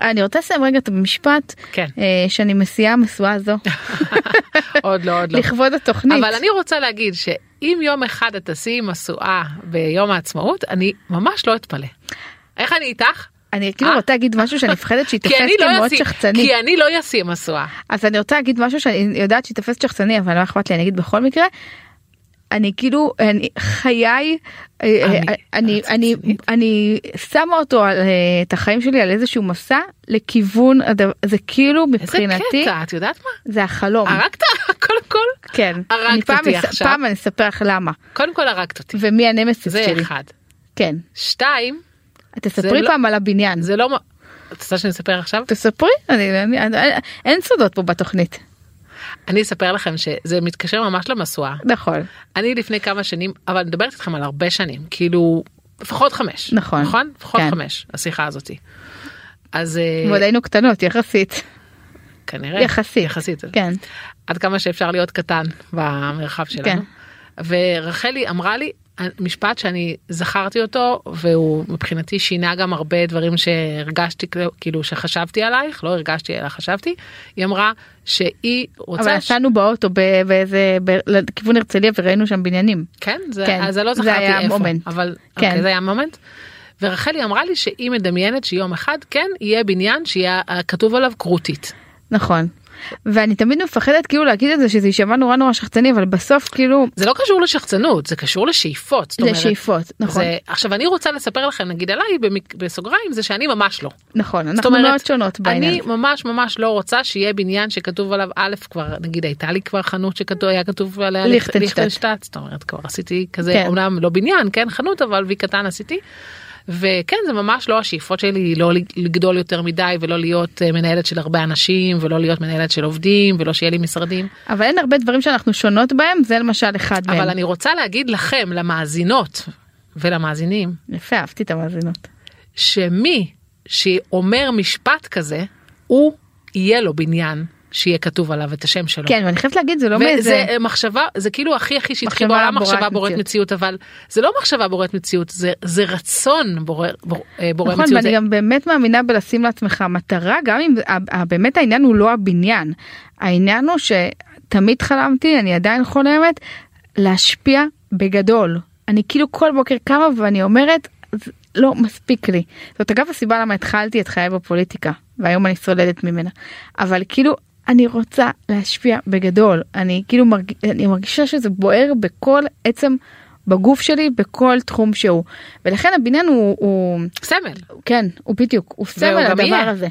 Speaker 3: אני רוצה לסיים רגע את המשפט אה,
Speaker 2: כן.
Speaker 3: שאני מסיעה משואה זו.
Speaker 2: <laughs> <laughs> עוד לא עוד לא.
Speaker 3: לכבוד התוכנית.
Speaker 2: אבל אני רוצה להגיד שאם יום אחד את תעשי משואה ביום העצמאות אני ממש לא אתפלא. איך אני איתך?
Speaker 3: אני כאילו
Speaker 2: אה.
Speaker 3: רוצה להגיד משהו שאני מפחדת שיתפס כמאוד שחצני.
Speaker 2: לא כי אני לא אשים משואה.
Speaker 3: אז אני רוצה להגיד משהו שאני יודעת שיתפס שחצני אבל לא אכפת לי אני אגיד בכל מקרה. אני כאילו אני, חיי אני אני אני, אני שמה אותו על, אה, את החיים שלי על איזשהו מסע לכיוון הדבר זה כאילו מבחינתי אוקיי.
Speaker 2: איזה קטע את יודעת מה
Speaker 3: זה החלום
Speaker 2: הרגת <laughs> קודם כל
Speaker 3: כן
Speaker 2: הרגת
Speaker 3: פעם
Speaker 2: אותי עכשיו
Speaker 3: פעם אני אספר לך למה
Speaker 2: קודם כל הרגת אותי
Speaker 3: ומי הנמסס
Speaker 2: זה
Speaker 3: שלי
Speaker 2: אחד
Speaker 3: כן
Speaker 2: שתיים
Speaker 3: תספרי פעם לא, על הבניין
Speaker 2: זה לא את רוצה שאני אספר עכשיו
Speaker 3: תספרי אני, אני, אני, אין סודות פה בתוכנית.
Speaker 2: אני אספר לכם שזה מתקשר ממש למשואה.
Speaker 3: נכון.
Speaker 2: אני לפני כמה שנים, אבל אני מדברת איתכם על הרבה שנים, כאילו לפחות חמש.
Speaker 3: נכון.
Speaker 2: נכון? לפחות כן. חמש, השיחה הזאתי. אז... אה,
Speaker 3: ועוד היינו קטנות יחסית.
Speaker 2: כנראה.
Speaker 3: יחסית.
Speaker 2: כן, יחסית.
Speaker 3: כן.
Speaker 2: עד כמה שאפשר להיות קטן במרחב שלנו. כן. ורחלי אמרה לי משפט שאני זכרתי אותו והוא מבחינתי שינה גם הרבה דברים שהרגשתי כאילו שחשבתי עלייך לא הרגשתי אלא חשבתי היא אמרה שהיא רוצה.
Speaker 3: אבל נסענו ש... באוטו באיזה לכיוון הרצליה וראינו שם בניינים.
Speaker 2: כן זה, כן. אז לא זכרתי זה
Speaker 3: היה
Speaker 2: איפה
Speaker 3: מומנט.
Speaker 2: אבל כן. אוקיי, זה היה מומנט. ורחלי אמרה לי שהיא מדמיינת שיום אחד כן יהיה בניין שיהיה אה, כתוב עליו כרותית.
Speaker 3: נכון. ואני תמיד מפחדת כאילו להגיד את זה שזה יישמע נורא נורא שחצני אבל בסוף כאילו
Speaker 2: זה לא קשור לשחצנות זה קשור לשאיפות זאת
Speaker 3: אומרת, לשאיפות נכון
Speaker 2: זה, עכשיו אני רוצה לספר לכם נגיד עליי במק... בסוגריים זה שאני ממש לא
Speaker 3: נכון אנחנו אומרת, מאוד שונות בעניין
Speaker 2: אני ממש ממש לא רוצה שיהיה בניין שכתוב עליו א' כבר נגיד הייתה לי כבר חנות שכתוב היה כתוב עליה
Speaker 3: ליכטנשטט
Speaker 2: זאת אומרת כבר עשיתי כזה כן. אומנם לא בניין כן חנות אבל וי קטן עשיתי. וכן זה ממש לא השאיפות שלי לא לגדול יותר מדי ולא להיות אה, מנהלת של הרבה אנשים ולא להיות מנהלת של עובדים ולא שיהיה לי משרדים.
Speaker 3: אבל אין הרבה דברים שאנחנו שונות בהם זה למשל אחד
Speaker 2: אבל
Speaker 3: מהם.
Speaker 2: אבל אני רוצה להגיד לכם למאזינות ולמאזינים.
Speaker 3: יפה אהבתי את המאזינות.
Speaker 2: לא. שמי שאומר משפט כזה הוא יהיה לו בניין שיהיה כתוב עליו את השם שלו.
Speaker 3: כן, ואני חייבת להגיד, זה לא
Speaker 2: מאיזה... זה מחשבה, זה כאילו הכי הכי שטחי בעולם מחשבה בוראת מציאות, אבל זה לא מחשבה בוראת מציאות, זה, זה רצון בורא, בור, בורא
Speaker 3: נכון,
Speaker 2: מציאות. נכון,
Speaker 3: ואני זה... גם באמת מאמינה בלשים לעצמך מטרה, גם אם באמת העניין הוא לא הבניין, העניין הוא שתמיד חלמתי, אני עדיין חולמת, להשפיע בגדול. אני כאילו כל בוקר קמה ואני אומרת, לא מספיק לי. זאת אגב הסיבה למה התחלתי את חיי בפוליטיקה, והיום אני סולדת ממנה. אבל כאילו, אני רוצה להשפיע בגדול. אני כאילו מרג... אני מרגישה שזה בוער בכל עצם בגוף שלי, בכל תחום שהוא. ולכן הבניין הוא... הוא...
Speaker 2: סמל.
Speaker 3: כן, הוא בדיוק, הוא סמל הדבר יהיה. הזה.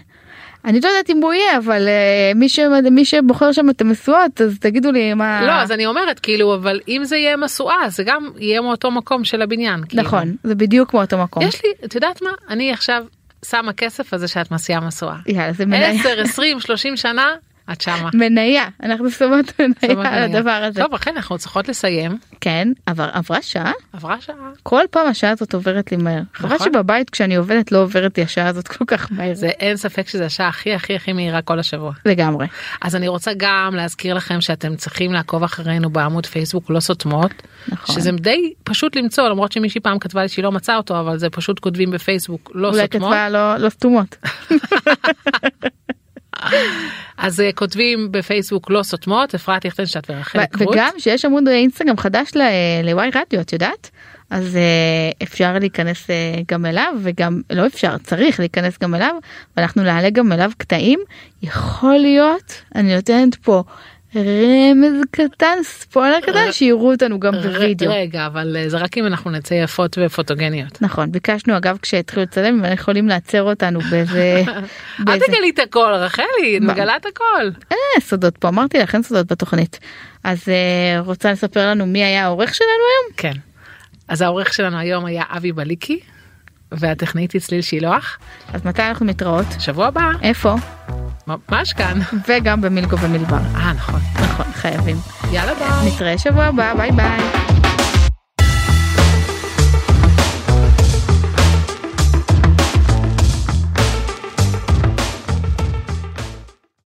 Speaker 3: אני לא יודעת אם הוא יהיה אבל uh, מי, ש... מי שבוחר שם את המשואות אז תגידו לי מה
Speaker 2: לא אז אני אומרת כאילו אבל אם זה יהיה משואה זה גם יהיה מאותו מקום של הבניין כאילו.
Speaker 3: נכון זה בדיוק מאותו מקום
Speaker 2: יש לי את יודעת מה אני עכשיו שמה כסף על זה שאת מסיעה משואה
Speaker 3: יאללה זה מניה
Speaker 2: 10 20 30 שנה את שמה.
Speaker 3: מניה, אנחנו שמות מניה על הדבר הזה.
Speaker 2: לא טוב, אכן אנחנו צריכות לסיים.
Speaker 3: כן, אבל עברה שעה,
Speaker 2: עברה שעה.
Speaker 3: כל פעם השעה הזאת עוברת לי מהר. חבל
Speaker 2: נכון.
Speaker 3: שבבית כשאני עובדת לא עוברת לי השעה הזאת כל כך מהר.
Speaker 2: זה אין ספק שזו השעה הכי הכי הכי מהירה כל השבוע.
Speaker 3: לגמרי.
Speaker 2: אז אני רוצה גם להזכיר לכם שאתם צריכים לעקוב אחרינו בעמוד פייסבוק לא סותמות,
Speaker 3: נכון.
Speaker 2: שזה די פשוט למצוא למרות שמישהי פעם כתבה לי שהיא לא מצאה אותו אבל זה פשוט כותבים בפייסבוק לא
Speaker 3: אולי
Speaker 2: סותמות.
Speaker 3: כתבה לא- לא
Speaker 2: <laughs>
Speaker 3: סתומות.
Speaker 2: אז אה, כותבים בפייסבוק לא סותמות אפרת ליכטנשטט ורחל
Speaker 3: ו-
Speaker 2: קרוט.
Speaker 3: וגם שיש עמוד אינסטגרם חדש ל- לוואי רדיו את יודעת אז אה, אפשר להיכנס אה, גם אליו וגם לא אפשר צריך להיכנס גם אליו ואנחנו נעלה גם אליו קטעים יכול להיות אני נותנת פה רמז קטן ספוילר קטן שיראו אותנו גם
Speaker 2: ר-
Speaker 3: בווידאו.
Speaker 2: רגע אבל אה, זה רק אם אנחנו נצא יפות ופוטוגניות.
Speaker 3: נכון ביקשנו אגב כשהתחילו לצלם הם יכולים לעצר
Speaker 2: <laughs>
Speaker 3: אותנו באיזה
Speaker 2: אל
Speaker 3: באיזה-
Speaker 2: תגלי את הכל רחלי את
Speaker 3: ב-
Speaker 2: מגלה את הכל.
Speaker 3: אה, סודות פה אמרתי לכן סודות בתוכנית אז אה, רוצה לספר לנו מי היה העורך שלנו היום
Speaker 2: כן. אז העורך שלנו היום היה אבי בליקי והטכנאית היא צליל שילוח.
Speaker 3: אז מתי אנחנו מתראות
Speaker 2: שבוע הבא
Speaker 3: איפה
Speaker 2: ממש כאן.
Speaker 3: וגם במילגו ומילבר.
Speaker 2: אה נכון.
Speaker 3: נכון, חייבים.
Speaker 2: יאללה ביי.
Speaker 3: נתראה שבוע הבא, ביי ביי.